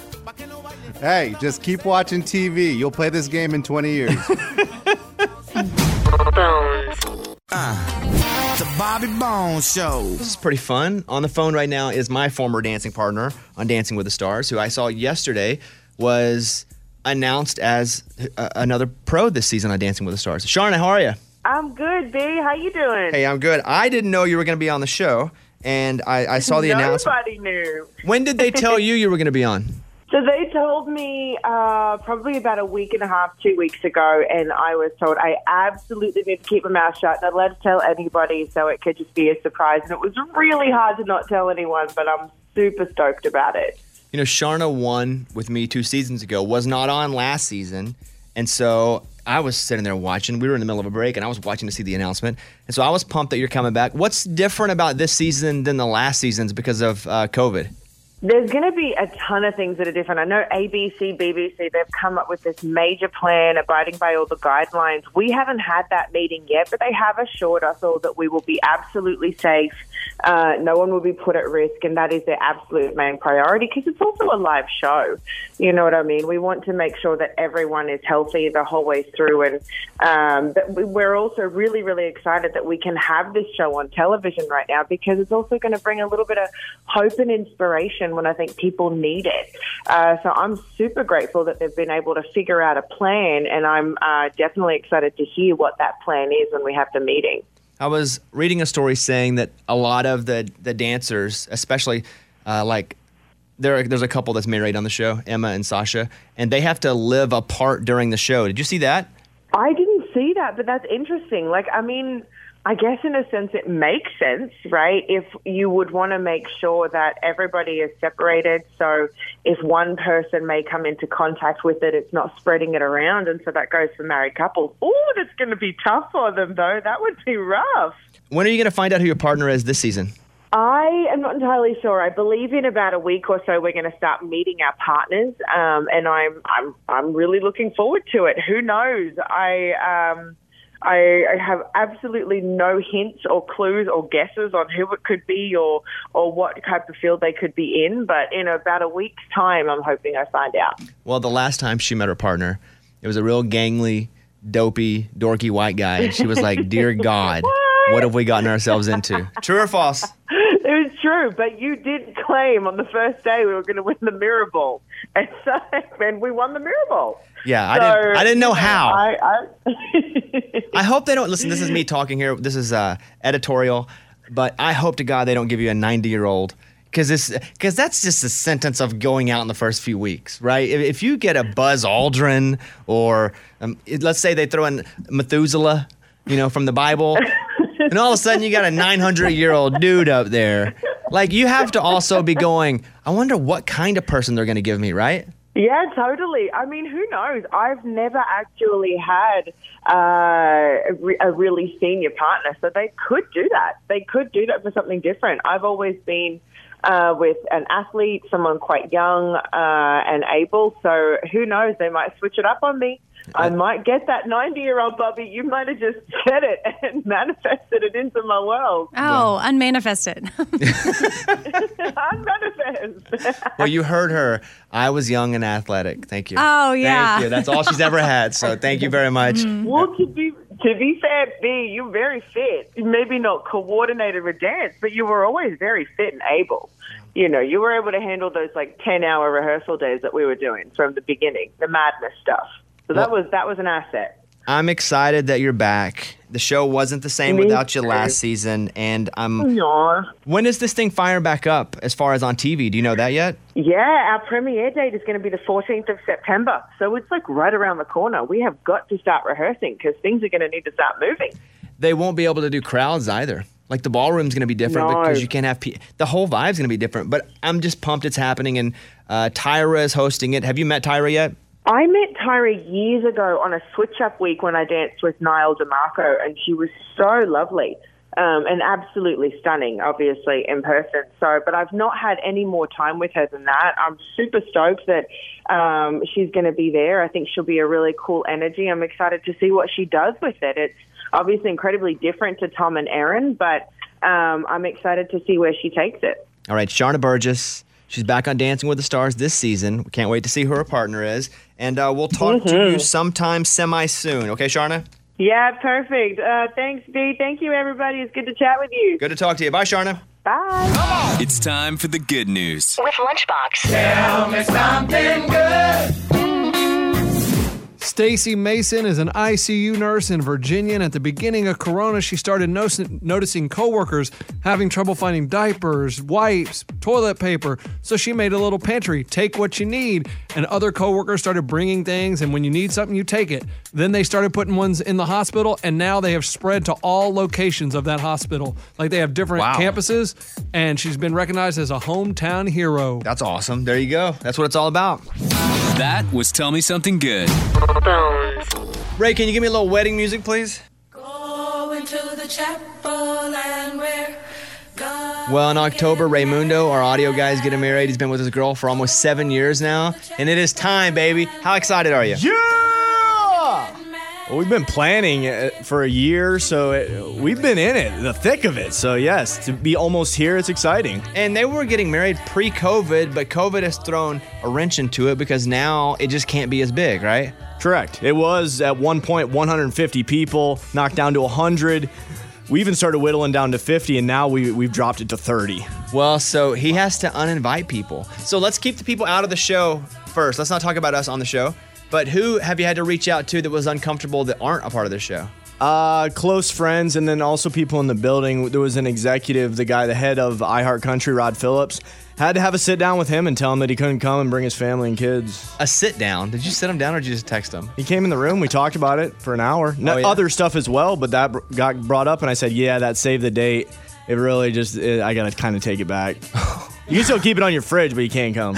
Hey, just keep watching TV. You'll play this game in 20 years. The Bobby Bones Show. This is pretty fun. On the phone right now is my former dancing partner on Dancing with the Stars, who I saw yesterday was announced as uh, another pro this season on Dancing with the Stars. Sharna, how are you? I'm good, B. How you doing? Hey, I'm good. I didn't know you were going to be on the show, and I, I saw the announcement. Nobody knew. When did they tell you you were going to be on? So they told me uh, probably about a week and a half, two weeks ago, and I was told I absolutely need to keep my mouth shut, not allowed to tell anybody, so it could just be a surprise. And it was really hard to not tell anyone, but I'm super stoked about it. You know, Sharna won with me two seasons ago, was not on last season. And so I was sitting there watching. We were in the middle of a break and I was watching to see the announcement. And so I was pumped that you're coming back. What's different about this season than the last seasons because of uh, COVID? There's going to be a ton of things that are different. I know ABC, BBC, they've come up with this major plan abiding by all the guidelines. We haven't had that meeting yet, but they have assured us all that we will be absolutely safe. Uh, no one will be put at risk, and that is their absolute main priority because it's also a live show. You know what I mean? We want to make sure that everyone is healthy the whole way through, and um, that we- we're also really, really excited that we can have this show on television right now because it's also going to bring a little bit of hope and inspiration when I think people need it. Uh, so I'm super grateful that they've been able to figure out a plan, and I'm uh, definitely excited to hear what that plan is when we have the meeting. I was reading a story saying that a lot of the, the dancers, especially uh, like there, there's a couple that's married on the show, Emma and Sasha, and they have to live apart during the show. Did you see that? I didn't see that, but that's interesting. Like, I mean, I guess in a sense it makes sense, right? If you would want to make sure that everybody is separated, so if one person may come into contact with it, it's not spreading it around, and so that goes for married couples. Oh, that's going to be tough for them though. That would be rough. When are you going to find out who your partner is this season? I am not entirely sure. I believe in about a week or so we're going to start meeting our partners, um, and I'm I'm I'm really looking forward to it. Who knows? I. Um, I, I have absolutely no hints or clues or guesses on who it could be or or what type of field they could be in. But in about a week's time, I'm hoping I find out. Well, the last time she met her partner, it was a real gangly, dopey, dorky white guy, and she was like, "Dear God, what have we gotten ourselves into?" True or false? It was true, but you did claim on the first day we were going to win the mirror ball, and so and we won the mirror ball. Yeah, I So, didn't. I didn't know you how. I, I, I hope they don't listen. This is me talking here. This is uh, editorial, but I hope to God they don't give you a 90 year old because this because that's just a sentence of going out in the first few weeks, right? If, if you get a Buzz Aldrin or um, it- let's say they throw in Methuselah, you know, from the Bible, and all of a sudden you got a 900 year old dude up there, like you have to also be going. I wonder what kind of person they're going to give me, right? Yeah, totally. I mean, who knows? I've never actually had uh, a, re- a really senior partner, so they could do that. They could do that for something different. I've always been uh, with an athlete, someone quite young uh, and able, so who knows? They might switch it up on me. I might get that 90 year old Bobby. You might have just said it and manifested it into my world. Oh, unmanifested. Well, you heard her. I was young and athletic. Thank you. Oh, yeah. Mm. Thank you. That's all she's ever had. So thank you very much. Well, to be to be fair, B, you're very fit. Maybe not coordinated with dance, but you were always very fit and able. You know, you were able to handle those like ten hour rehearsal days that we were doing from the beginning, the madness stuff. So that was that was an asset. I'm excited that you're back. The show wasn't the same Me without you too. last season, and I'm. Aw. When is this thing firing back up? As far as on TV, do you know that yet? Yeah, our premiere date is going to be the 14th of September. So it's like right around the corner. We have got to start rehearsing because things are going to need to start moving. They won't be able to do crowds either. Like the ballroom's going to be different No. because you can't have pe- the whole vibe's going to be different. But I'm just pumped it's happening, and uh, Tyra is hosting it. Have you met Tyra yet? I met Tyra years ago on a switch up week when I danced with Niall DeMarco, and she was so lovely um, and absolutely stunning, obviously, in person. So, but I've not had any more time with her than that. I'm super stoked that um, she's going to be there. I think she'll be a really cool energy. I'm excited to see what she does with it. It's obviously incredibly different to Tom and Aaron, but um, I'm excited to see where she takes it. All right, Sharna Burgess. She's back on Dancing with the Stars this season. We can't wait to see who her partner is. And uh, we'll talk to you Mhm. sometime semi soon. Okay, Sharna? Yeah, perfect. Uh, thanks, Dee. Thank you, everybody. It's good to chat with you. Good to talk to you. Bye, Sharna. Bye. It's time for the good news. With Lunchbox. Tell me something good. Stacy Mason is an ICU nurse in Virginia, and at the beginning of Corona, she started no- noticing coworkers having trouble finding diapers, wipes, toilet paper. So she made a little pantry, take what you need, and other coworkers started bringing things. And when you need something, you take it. Then they started putting ones in the hospital, and now they have spread to all locations of that hospital. Like they have different campuses, and she's been recognized as a hometown hero. That's awesome. There you go. That's what it's all about. That was Tell Me Something Good. Ray, can you give me a little wedding music, please? Going to the chapel and we're Well, in October, Raymundo, our audio guy, is getting married. He's been with his girl for almost seven years now, and it is time, baby. How excited are you? Yeah! Well, we've been planning it for a year, so it, we've been in it, the thick of it. So, yes, to be almost here, it's exciting. And they were getting married pre COVID, but COVID has thrown a wrench into it because now it just can't be as big, right? Correct. It was at one point 150 people, knocked down to 100. We even started whittling down to 50, and now we, we've dropped it to 30. Well, so he has to uninvite people. So let's keep the people out of the show first. Let's not talk about us on the show. But who have you had to reach out to that was uncomfortable that aren't a part of the show? Uh, close friends, and then also people in the building. There was an executive, the guy, the head of iHeart Country, Rod Phillips. Had to have a sit down with him and tell him that he couldn't come and bring his family and kids. A sit down? Did you sit him down or did you just text him? He came in the room. We talked about it for an hour. No, Oh, yeah. Other stuff as well, but that br- got brought up, and I said, "Yeah, that saved the date." It really just, it, I gotta kind of take it back. you can still keep it on your fridge, but you can't come.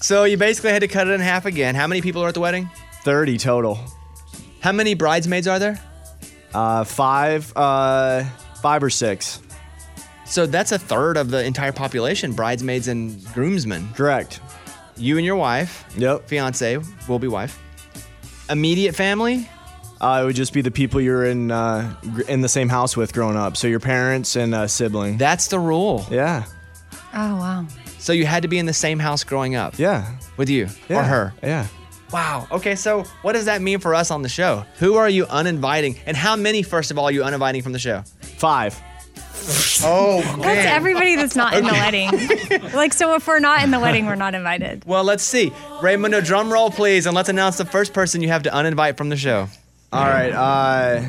So you basically had to cut it in half again. How many people are at the wedding? 30 total. How many bridesmaids are there? Uh, five, uh, five or six. So that's a third of the entire population bridesmaids and groomsmen. Correct. You and your wife. Yep. Fiance will be wife. Immediate family? Uh, it would just be the people you're in uh, gr- in the same house with growing up. So your parents and a sibling. That's the rule. Yeah. Oh wow. So you had to be in the same house growing up. Yeah. With you or Yeah. her. Yeah. Wow. Okay. So what does that mean for us on the show? Who are you uninviting? And how many, first of all, are you uninviting from the show? Five. Oh, man. That's everybody that's not in the wedding. like, so if we're not in the wedding, we're not invited. Well, let's see. Raymond, a drum roll, please, and let's announce the first person you have to uninvite from the show. All right. Uh,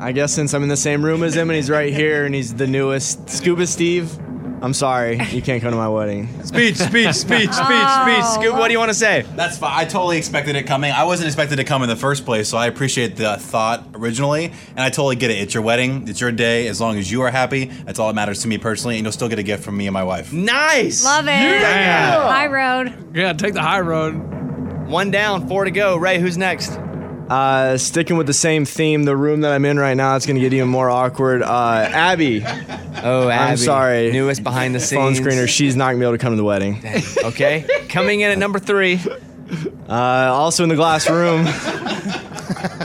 I guess since I'm in the same room as him and he's right here and he's the newest, Scuba Steve. I'm sorry, you can't come to my wedding. Speech, speech, speech, speech, speech. Oh, Oh, Scoop, what do you want to say? That's fine. I totally expected it coming. I wasn't expected to come in the first place, so I appreciate the thought originally, and I totally get it. It's your wedding, it's your day. As long as you are happy, that's all that matters to me personally, and you'll still get a gift from me and my wife. Nice. Love it. Yeah. High road. Yeah, take the high road. One down, four to go. Ray, who's next? Uh, sticking with the same theme, the room that I'm in right now, it's going to get even more awkward. Uh, Abby. Oh, I'm Abby, sorry. Newest behind the Phone scenes. screener. She's not going to be able to come to the wedding. Okay. Coming in at number three. Uh, also in the glass room,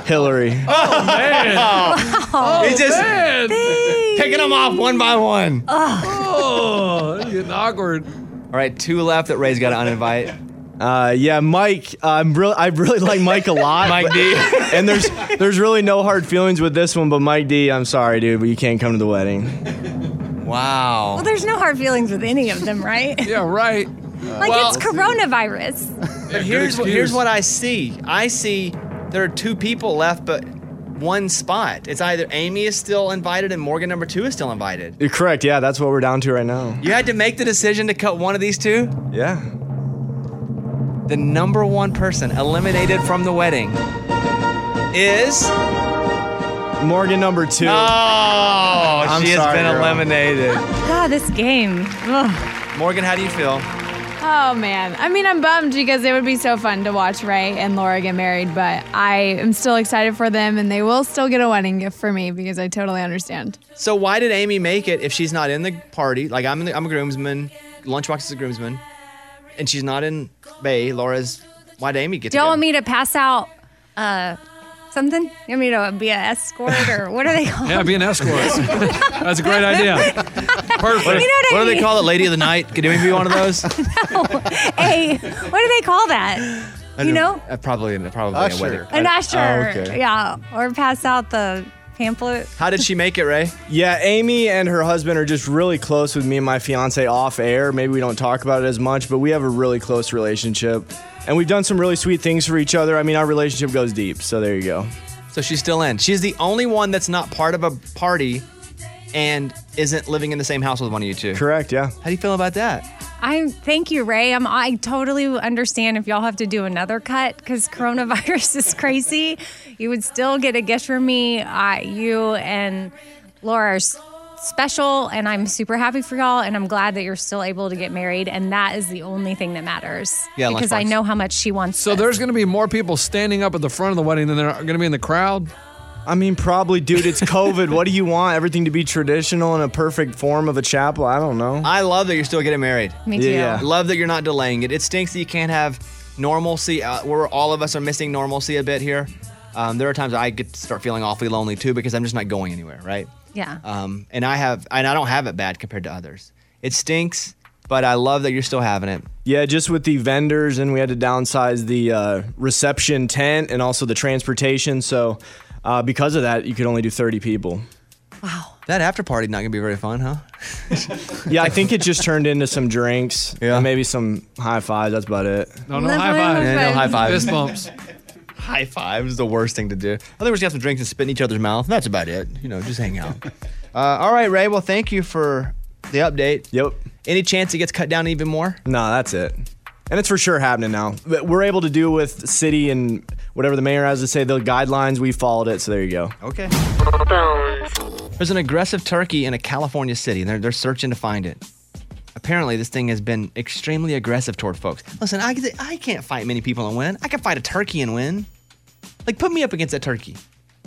Hillary. Oh, man. Oh, Wow. He's Oh, just picking them off one by one. Oh, it's getting awkward. All right, two left that Ray's got to uninvite. Uh, yeah, Mike. I'm really, I really like Mike a lot. Mike but- D. and there's, there's really no hard feelings with this one, but Mike D. I'm sorry, dude, but you can't come to the wedding. Wow. Well, there's no hard feelings with any of them, right? yeah, right. Like Well- it's coronavirus. But here's what, here's what I see. I see there are two people left, but one spot. It's either Amy is still invited and Morgan number two is still invited. You're correct. Yeah, that's what we're down to right now. You had to make the decision to cut one of these two. Yeah. The number one person eliminated from the wedding is Morgan number two. Oh, I'm she has sorry, been girl. eliminated. God, Ah, this game. Ugh. Morgan, how do you feel? Oh man. I mean, I'm bummed because it would be so fun to watch Ray and Laura get married, but I am still excited for them and they will still get a wedding gift for me because I totally understand. So why did Amy make it if she's not in the party? Like I'm, in the, I'm a groomsman. Lunchbox is a groomsman, and she's not in Bay. Laura's. Why did Amy get to Do y'all go? want me to pass out uh, something? You want me to be an escort or what are they called? Yeah, be an escort. That's a great idea. Perfect. You know what I what do they mean? call it? Lady of the night? Could Amy be one of those? hey, what do they call that? You know? Uh, probably, probably Usher. a wedding. Uh, An usher. Oh, okay. Yeah. Or pass out the pamphlet. How did she make it, Ray? Yeah, Amy and her husband are just really close with me and my fiance off air. Maybe we don't talk about it as much, but we have a really close relationship. And we've done some really sweet things for each other. I mean, our relationship goes deep. So there you go. So she's still in. She's the only one that's not part of a party, and isn't living in the same house with one of you two. Correct. Yeah. How do you feel about that? I thank you, Ray. I'm, I totally understand if y'all have to do another cut because coronavirus is crazy. You would still get a gift from me. I, you and Laura are s- special, and I'm super happy for y'all. And I'm glad that you're still able to get married. And that is the only thing that matters. Yeah, because I lunchbox. know how much she wants. So there's going to be more people standing up at the front of the wedding than there are going to be in the crowd. I mean, probably, dude, it's COVID. what do you want? Everything to be traditional in a perfect form of a chapel? I don't know. I love that you're still getting married. Me too. Yeah. Love that you're not delaying it. It stinks that you can't have normalcy. Uh, where all of us are missing normalcy a bit here. Um, there are times I get to start feeling awfully lonely too because I'm just not going anywhere, right? Yeah. Um, and I have, and I don't have it bad compared to others. It stinks, but I love that you're still having it. Yeah, just with the vendors, and we had to downsize the uh, reception tent and also the transportation. So, uh, because of that, you could only do 30 people. That after party not gonna be very fun, huh? Yeah, I think it just turned into some drinks. Yeah. maybe some high fives. That's about it. No, no high fives. Yeah, no high fives. Fist bumps. High five is the worst thing to do. I think we're just gonna have some drinks and spit in each other's mouth. That's about it. You know, just hang out. Uh, all right, Ray. Well, thank you for the update. Yep. Any chance it gets cut down even more? No, that's it. And it's for sure happening now. But we're able to do with city and whatever the mayor has to say, the guidelines, we followed it. So there you go. Okay. There's an aggressive turkey in a California city, and they're, they're searching to find it. Apparently, this thing has been extremely aggressive toward folks. Listen, I, I can't fight many people and win. I can fight a turkey and win. Like, put me up against that turkey.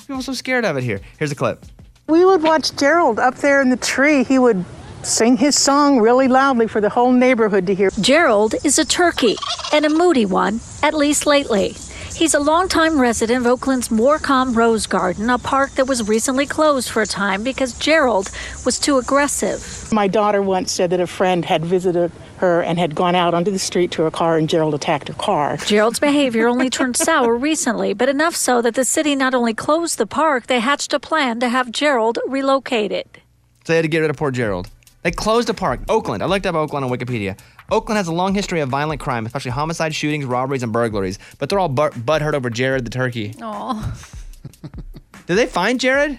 People are so scared of it here. Here's a clip. We would watch Gerald up there in the tree. He would sing his song really loudly for the whole neighborhood to hear. Gerald is a turkey, and a moody one, at least lately. He's a longtime resident of Oakland's Morecambe Rose Garden, a park that was recently closed for a time because Gerald was too aggressive. My daughter once said that a friend had visited her and had gone out onto the street to her car and Gerald attacked her car. Gerald's behavior only turned sour recently, but enough so that the city not only closed the park, they hatched a plan to have Gerald relocated. So they had to get rid of poor Gerald. They closed a park. Oakland. I looked up Oakland on Wikipedia. Oakland has a long history of violent crime, especially homicide, shootings, robberies, and burglaries. But they're all but- butthurt over Jared the turkey. Oh, Did they find Jared?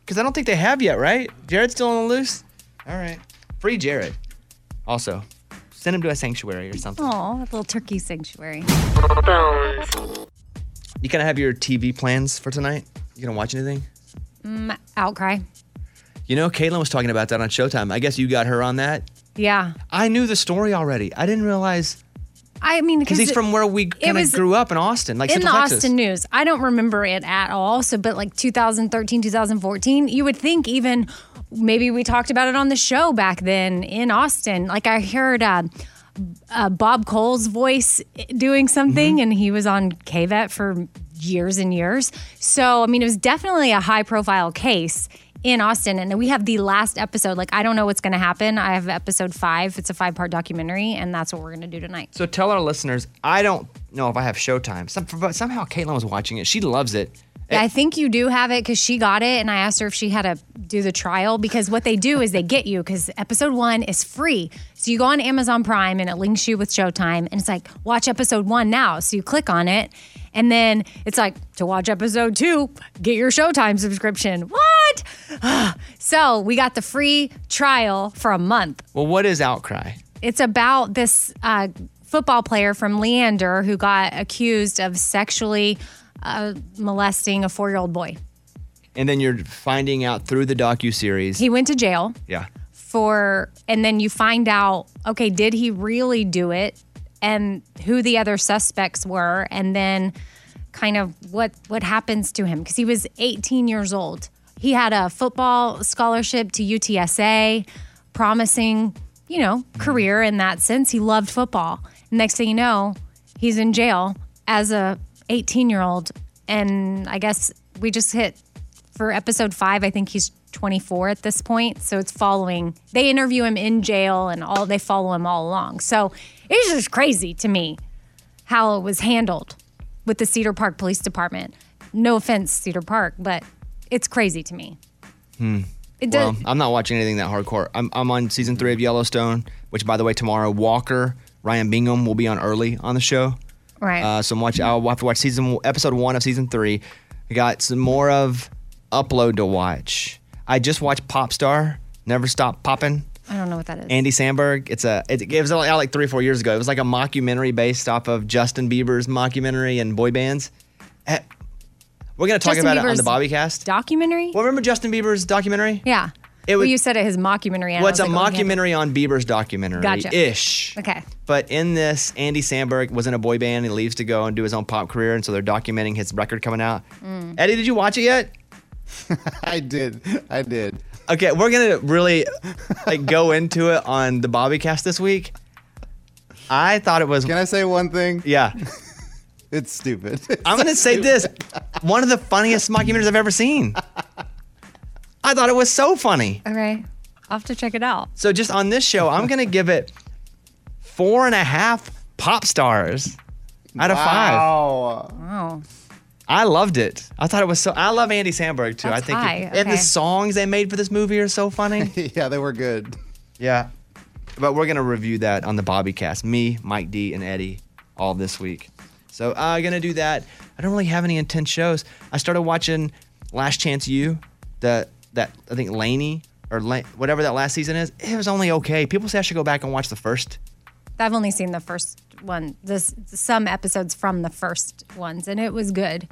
Because I don't think they have yet, right? Jared's still on the loose? All right. Free Jared. Also, send him to a sanctuary or something. oh, a little turkey sanctuary. You kind of have your TV plans for tonight? You going to watch anything? Mm, outcry. You know, Caitlin was talking about that on Showtime. I guess you got her on that. Yeah. I knew the story already. I didn't realize I mean, because he's it- from where we it kind of was grew up in Austin, like in the Central Texas. Austin news. I don't remember it at all. So, but like 2013, 2014, you would think even maybe we talked about it on the show back then in Austin. Like I heard uh, uh, Bob Cole's voice doing something, Mm-hmm. and he was on KVET for years and years. So, I mean, it was definitely a high profile case. In Austin, and we have the last episode. Like, I don't know what's going to happen. I have episode five. It's a five part documentary, and that's what we're going to do tonight. So tell our listeners, I don't know if I have Showtime. Some, but somehow Caitlin was watching it. She loves it. Yeah, I think you do have it because she got it, and I asked her if she had to do the trial because what they do is they get you because episode one is free. So you go on Amazon Prime and it links you with Showtime, and it's like watch episode one now. So you click on it, and then it's like to watch episode two, get your Showtime subscription. What? so we got the free trial for a month. Well, what is Outcry? It's about this uh, football player from Leander who got accused of sexually uh, molesting a four year old boy. And then you're finding out through the docu series. He went to jail Yeah. for, and then you find out, okay, did he really do it, and who the other suspects were, and then kind of what what happens to him because he was 18 years old. He had a football scholarship to UTSA, promising, you know, career in that sense. He loved football. Next thing you know, he's in jail as a 18 year old, and I guess we just hit for episode five, I think he's 24 at this point. So it's following. They interview him in jail and all they follow him all along. So it's just crazy to me how it was handled with the Cedar Park Police Department. No offense, Cedar Park, but it's crazy to me. Hmm. It well, does. I'm not watching anything that hardcore. I'm, I'm on season three of Yellowstone, which, by the way, tomorrow Walker Ryan Bingham will be on early on the show. right. Uh, so I'm watch. I'll have to watch season episode one of season three. I got some more of upload to watch. I just watched Popstar. Never stop popping. I don't know what that is. Andy Sandberg. It's a it, it was out like three or four years ago. It was like a mockumentary based off of Justin Bieber's mockumentary and boy bands. Eh, We're gonna talk Justin about it on Bieber's the Bobbycast. documentary? Well, remember Justin Bieber's documentary? Yeah. It well, was- you said it his mockumentary. and I What's was a like, oh, okay. mockumentary on Bieber's documentary Gotcha. ish? Okay. But in this, Andy Sandberg was in a boy band. He leaves to go and do his own pop career, and so they're documenting his record coming out. Mm. Eddie, did you watch it yet? I did. I did. Okay, we're gonna really like go into it on the Bobbycast this week. I thought it was. Can I say one thing? Yeah. It's stupid. I'm gonna say this: one of the funniest mockumentaries I've ever seen. I thought it was so funny. Okay. I'll have to check it out. So just on this show, I'm gonna give it four and a half pop stars out of Wow. five. Wow. I loved it. I thought it was so. I love Andy Samberg too. That's I think high. and Okay. the songs they made for this movie are so funny. yeah, they were good. Yeah, but we're gonna review that on the Bobbycast. Me, Mike D, and Eddie all this week. So I'm uh, gonna do that. I don't really have any intense shows. I started watching Last Chance U, the that I think Laney or La- whatever that last season is. It was only okay. People say I should go back and watch the first. I've only seen the first one, this some episodes from the first ones, and it was good.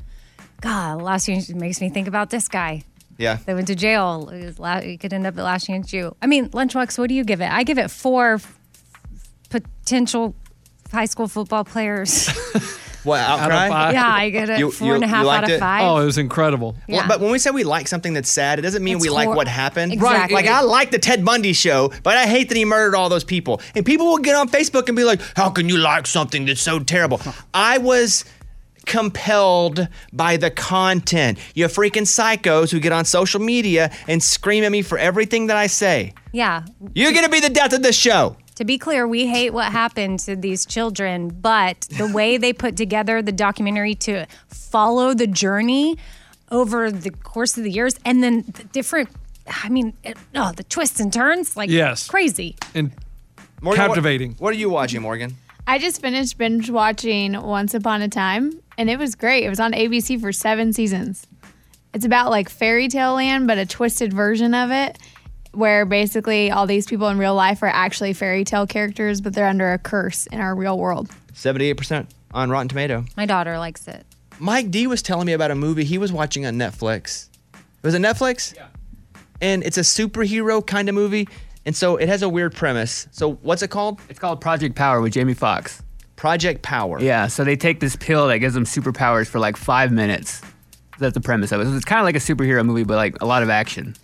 God, last year makes me think about this guy. Yeah. They went to jail. It was la- You could end up at last chance you. I mean, Lunchbox, what do you give it? I give it four f- potential high school football players. What outcry? Yeah, I get it. Four and a half out liked of it? five. Oh, it was incredible. Well, Yeah. but when we say we like something that's sad, it doesn't mean It's we like hor- what happened. Right, Like it- I like the Ted Bundy show, but I hate that he murdered all those people. And people will get on Facebook and be like, "How can you like something that's so terrible?" I was compelled by the content. You freaking psychos who get on social media and scream at me for everything that I say. Yeah. You're going to be the death of this show. To be clear, we hate what happened to these children, but the way they put together the documentary to follow the journey over the course of the years and then the different, I mean, it, oh, the twists and turns, like Yes. crazy. And captivating. What, what are you watching, Morgan? I just finished binge watching Once Upon a Time, and it was great. It was on ABC for seven seasons. It's about like fairy tale land, but a twisted version of it, where basically all these people in real life are actually fairy tale characters, but they're under a curse in our real world. 78% on Rotten Tomato. My daughter likes it. Mike D was telling me about a movie he was watching on Netflix. Was it Netflix? Yeah. And it's a superhero kind of movie. And so it has a weird premise. So what's it called? It's called Project Power with Jamie Foxx. Project Power. Yeah, so they take this pill that gives them superpowers for like five minutes. That's the premise of it. So it's kind of like a superhero movie, but like a lot of action.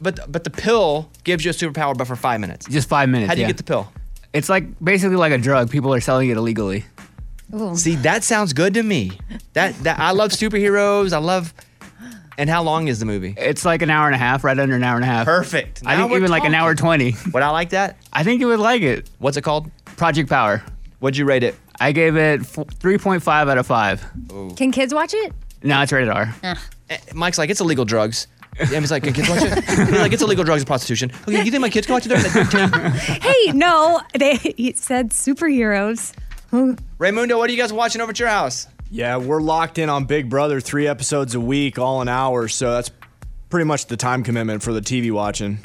But but the pill gives you a superpower, but for five minutes. Just five minutes. How do you yeah. get the pill? It's like basically like a drug. People are selling it illegally. See, that sounds good to me. That that I love superheroes. I love. And how long is the movie? It's like an hour and a half, right under an hour and a half. Perfect. I Now think we're even like an hour twenty. Would I like that? I think you would like it. What's it called? Project Power. What'd you rate it? I gave it f- three point five out of five. Can kids watch it? No, it's rated R. Ugh. Eh, Mike's like, it's illegal drugs. And he's like, can kids watch it? He's like, it's illegal drugs and prostitution. Okay, you think my kids can watch it? They're like 10. hey, no, they it said superheroes. Raymundo, what are you guys watching over at your house? Yeah, we're locked in on Big Brother, three episodes a week, all an hour. So that's pretty much the time commitment for the TV watching.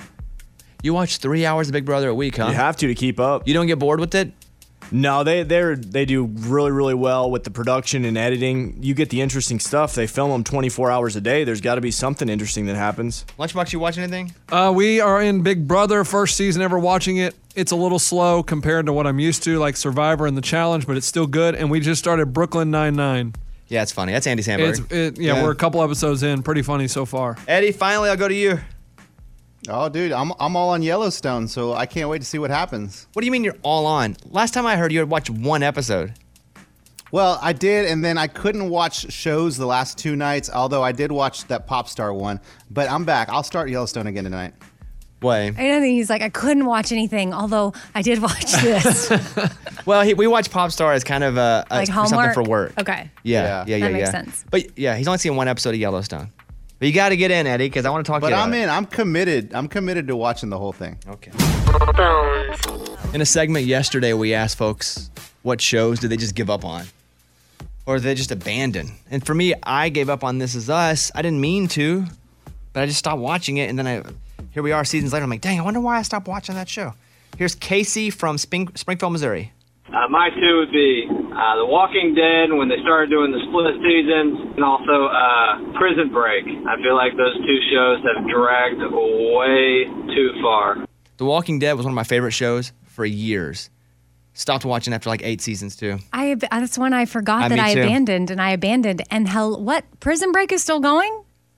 You watch three hours of Big Brother a week, huh? You have to to keep up. You don't get bored with it. No, they they they do really really well with the production and editing. You get the interesting stuff. They film them 24 hours a day. There's got to be something interesting that happens. Lunchbox, you watch anything? Uh, we are in Big Brother, first season ever watching it. It's a little slow compared to what I'm used to, like Survivor and The Challenge, but it's still good. And we just started Brooklyn Nine Nine. Yeah, it's funny. That's Andy It's, Samberg. it, yeah, we're a couple episodes in. Pretty funny so far. Eddie, finally, I'll go to you. Oh, dude, I'm, I'm all on Yellowstone, so I can't wait to see what happens. What do you mean you're all on? Last time I heard you had watched one episode. Well, I did, and then I couldn't watch shows the last two nights, although I did watch that pop star one. But I'm back. I'll start Yellowstone again tonight. Way. I don't think he's like, I couldn't watch anything, although I did watch this. Well, he, we watch Popstar as kind of a, a- like for homework. something for work. Okay. Yeah, yeah, yeah, That makes yeah. sense. But yeah, he's only seen one episode of Yellowstone. But you got to get in, Eddie, because I want to talk But to you. I'm about it. in. I'm committed. I'm committed to watching the whole thing. Okay. In a segment yesterday, we asked folks what shows did they just give up on, or did they just abandon? And for me, I gave up on This Is Us. I didn't mean to, but I just stopped watching it, and then I here we are seasons later. I'm like, dang, I wonder why I stopped watching that show. Here's Casey from Spring, Springfield, Missouri. Uh, my two would be uh, The Walking Dead when they started doing the split seasons, and also uh, Prison Break. I feel like those two shows have dragged way too far. The Walking Dead was one of my favorite shows for years. Stopped watching after like eight seasons too. I ab- that's one I forgot I- that me I too. abandoned and I abandoned and hell what prison break is still going?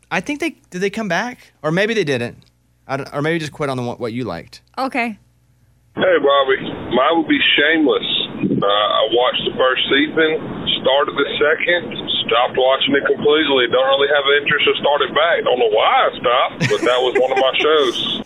I think they did they come back, or maybe they didn't, I don't, or maybe just quit on the one, what you liked. Okay. Hey, Bobby. Mine would be Shameless. Uh, I watched the first season, started the second, stopped watching it completely. Don't really have an interest to start it back. Don't know why I stopped, but that was one of my shows.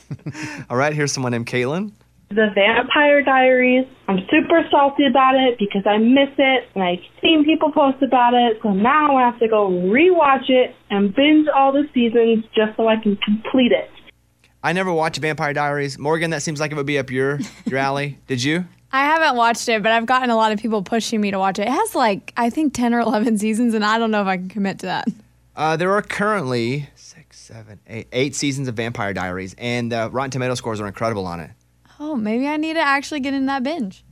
All right, here's someone named Caitlin. The Vampire Diaries. I'm super salty about it because I miss it and I've seen people post about it. So now I'm going to have to go rewatch it and binge all the seasons just so I can complete it. I never watched Vampire Diaries. Morgan, that seems like it would be up your your alley. Did you? I haven't watched it, but I've gotten a lot of people pushing me to watch it. It has like I think ten or eleven seasons, and I don't know if I can commit to that. Uh, there are currently six, seven, eight, eight seasons of Vampire Diaries, and uh, Rotten Tomato scores are incredible on it. Oh, maybe I need to actually get in that binge.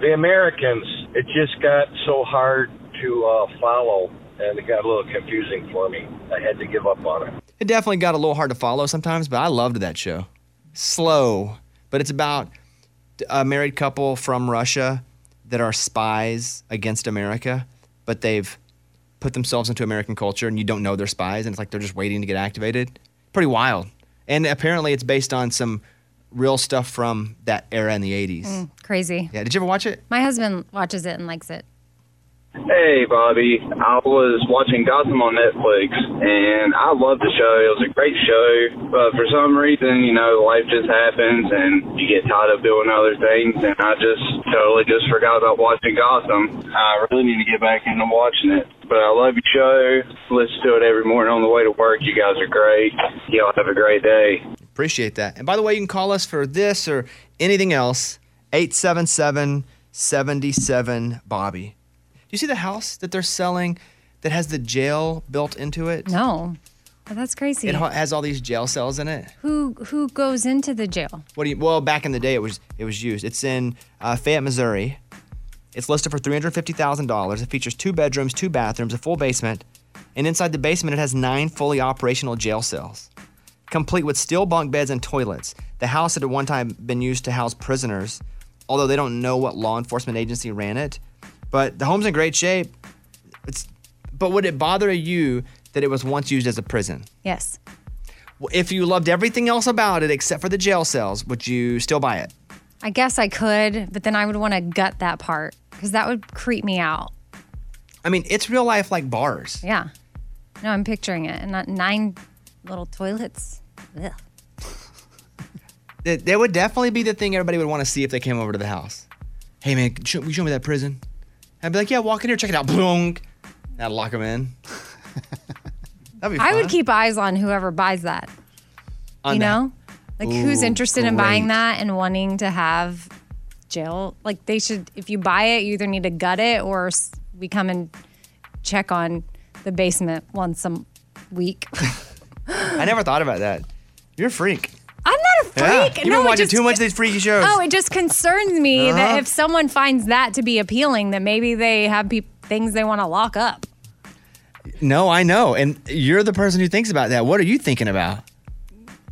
The Americans, it just got so hard to uh, follow, and it got a little confusing for me. I had to give up on it. It definitely got a little hard to follow sometimes, but I loved that show. Slow, but it's about a married couple from Russia that are spies against America, but they've put themselves into American culture and you don't know they're spies and it's like they're just waiting to get activated. Pretty wild. And apparently it's based on some real stuff from that era in the 80s. Mm, crazy. Yeah, did you ever watch it? My husband watches it and likes it. Hey, Bobby. I was watching Gotham on Netflix, and I loved the show. It was a great show, but for some reason, you know, life just happens, and you get tired of doing other things, and I just totally just forgot about watching Gotham. I really need to get back into watching it. But I love your show. Listen to it every morning on the way to work. You guys are great. Y'all have a great day. Appreciate that. And by the way, you can call us for this or anything else, 877 77 Bobby. Do you see the house that they're selling that has the jail built into it? No, Oh, that's crazy. It ha- has all these jail cells in it. who who goes into the jail? What do you? Well, back in the day, it was it was used. It's in uh, Fayette, Missouri. It's listed for three hundred fifty thousand dollars. It features two bedrooms, two bathrooms, a full basement, and inside the basement, it has nine fully operational jail cells, complete with steel bunk beds and toilets. The house had at one time been used to house prisoners, although they don't know what law enforcement agency ran it. But the home's in great shape. It's, but would it bother you that it was once used as a prison? Yes. Well, If you loved everything else about it except for the jail cells, would you still buy it? I guess I could, but then I would want to gut that part because that would creep me out. I mean, it's real life like bars. Yeah. No, I'm picturing it. And not nine little toilets. Ugh. That, that would definitely be the thing everybody would want to see if they came over to the house. Hey man, show, will you show me that prison? I'd be like, yeah, walk in here, check it out. Boom. I'd lock them in. That'd be I would fun. keep eyes on whoever buys that. On you that. know? Like who's Ooh, interested in buying great. that and wanting to have jail? Like they should, if you buy it, you either need to gut it or s- we come and check on the basement once a week. I never thought about that. You're a freak. I'm not a Yeah. freak. You've no, been it watching just- too much of these freaky shows. Oh, it just concerns me Uh-huh. that if someone finds that to be appealing, that maybe they have peop things they want to lock up. No, I know. And you're the person who thinks about that. What are you thinking about?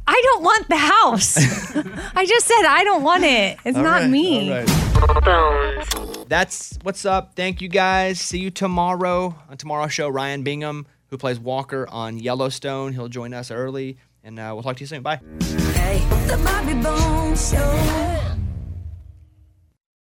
I don't want the house. I just said I don't want it. It's All not right, me. That's what's up. Thank you guys. See you tomorrow. On tomorrow's show, Ryan Bingham, who plays Walker on Yellowstone, he'll join us early. And uh, we'll talk to you soon. Bye. The Bobby Bones Show.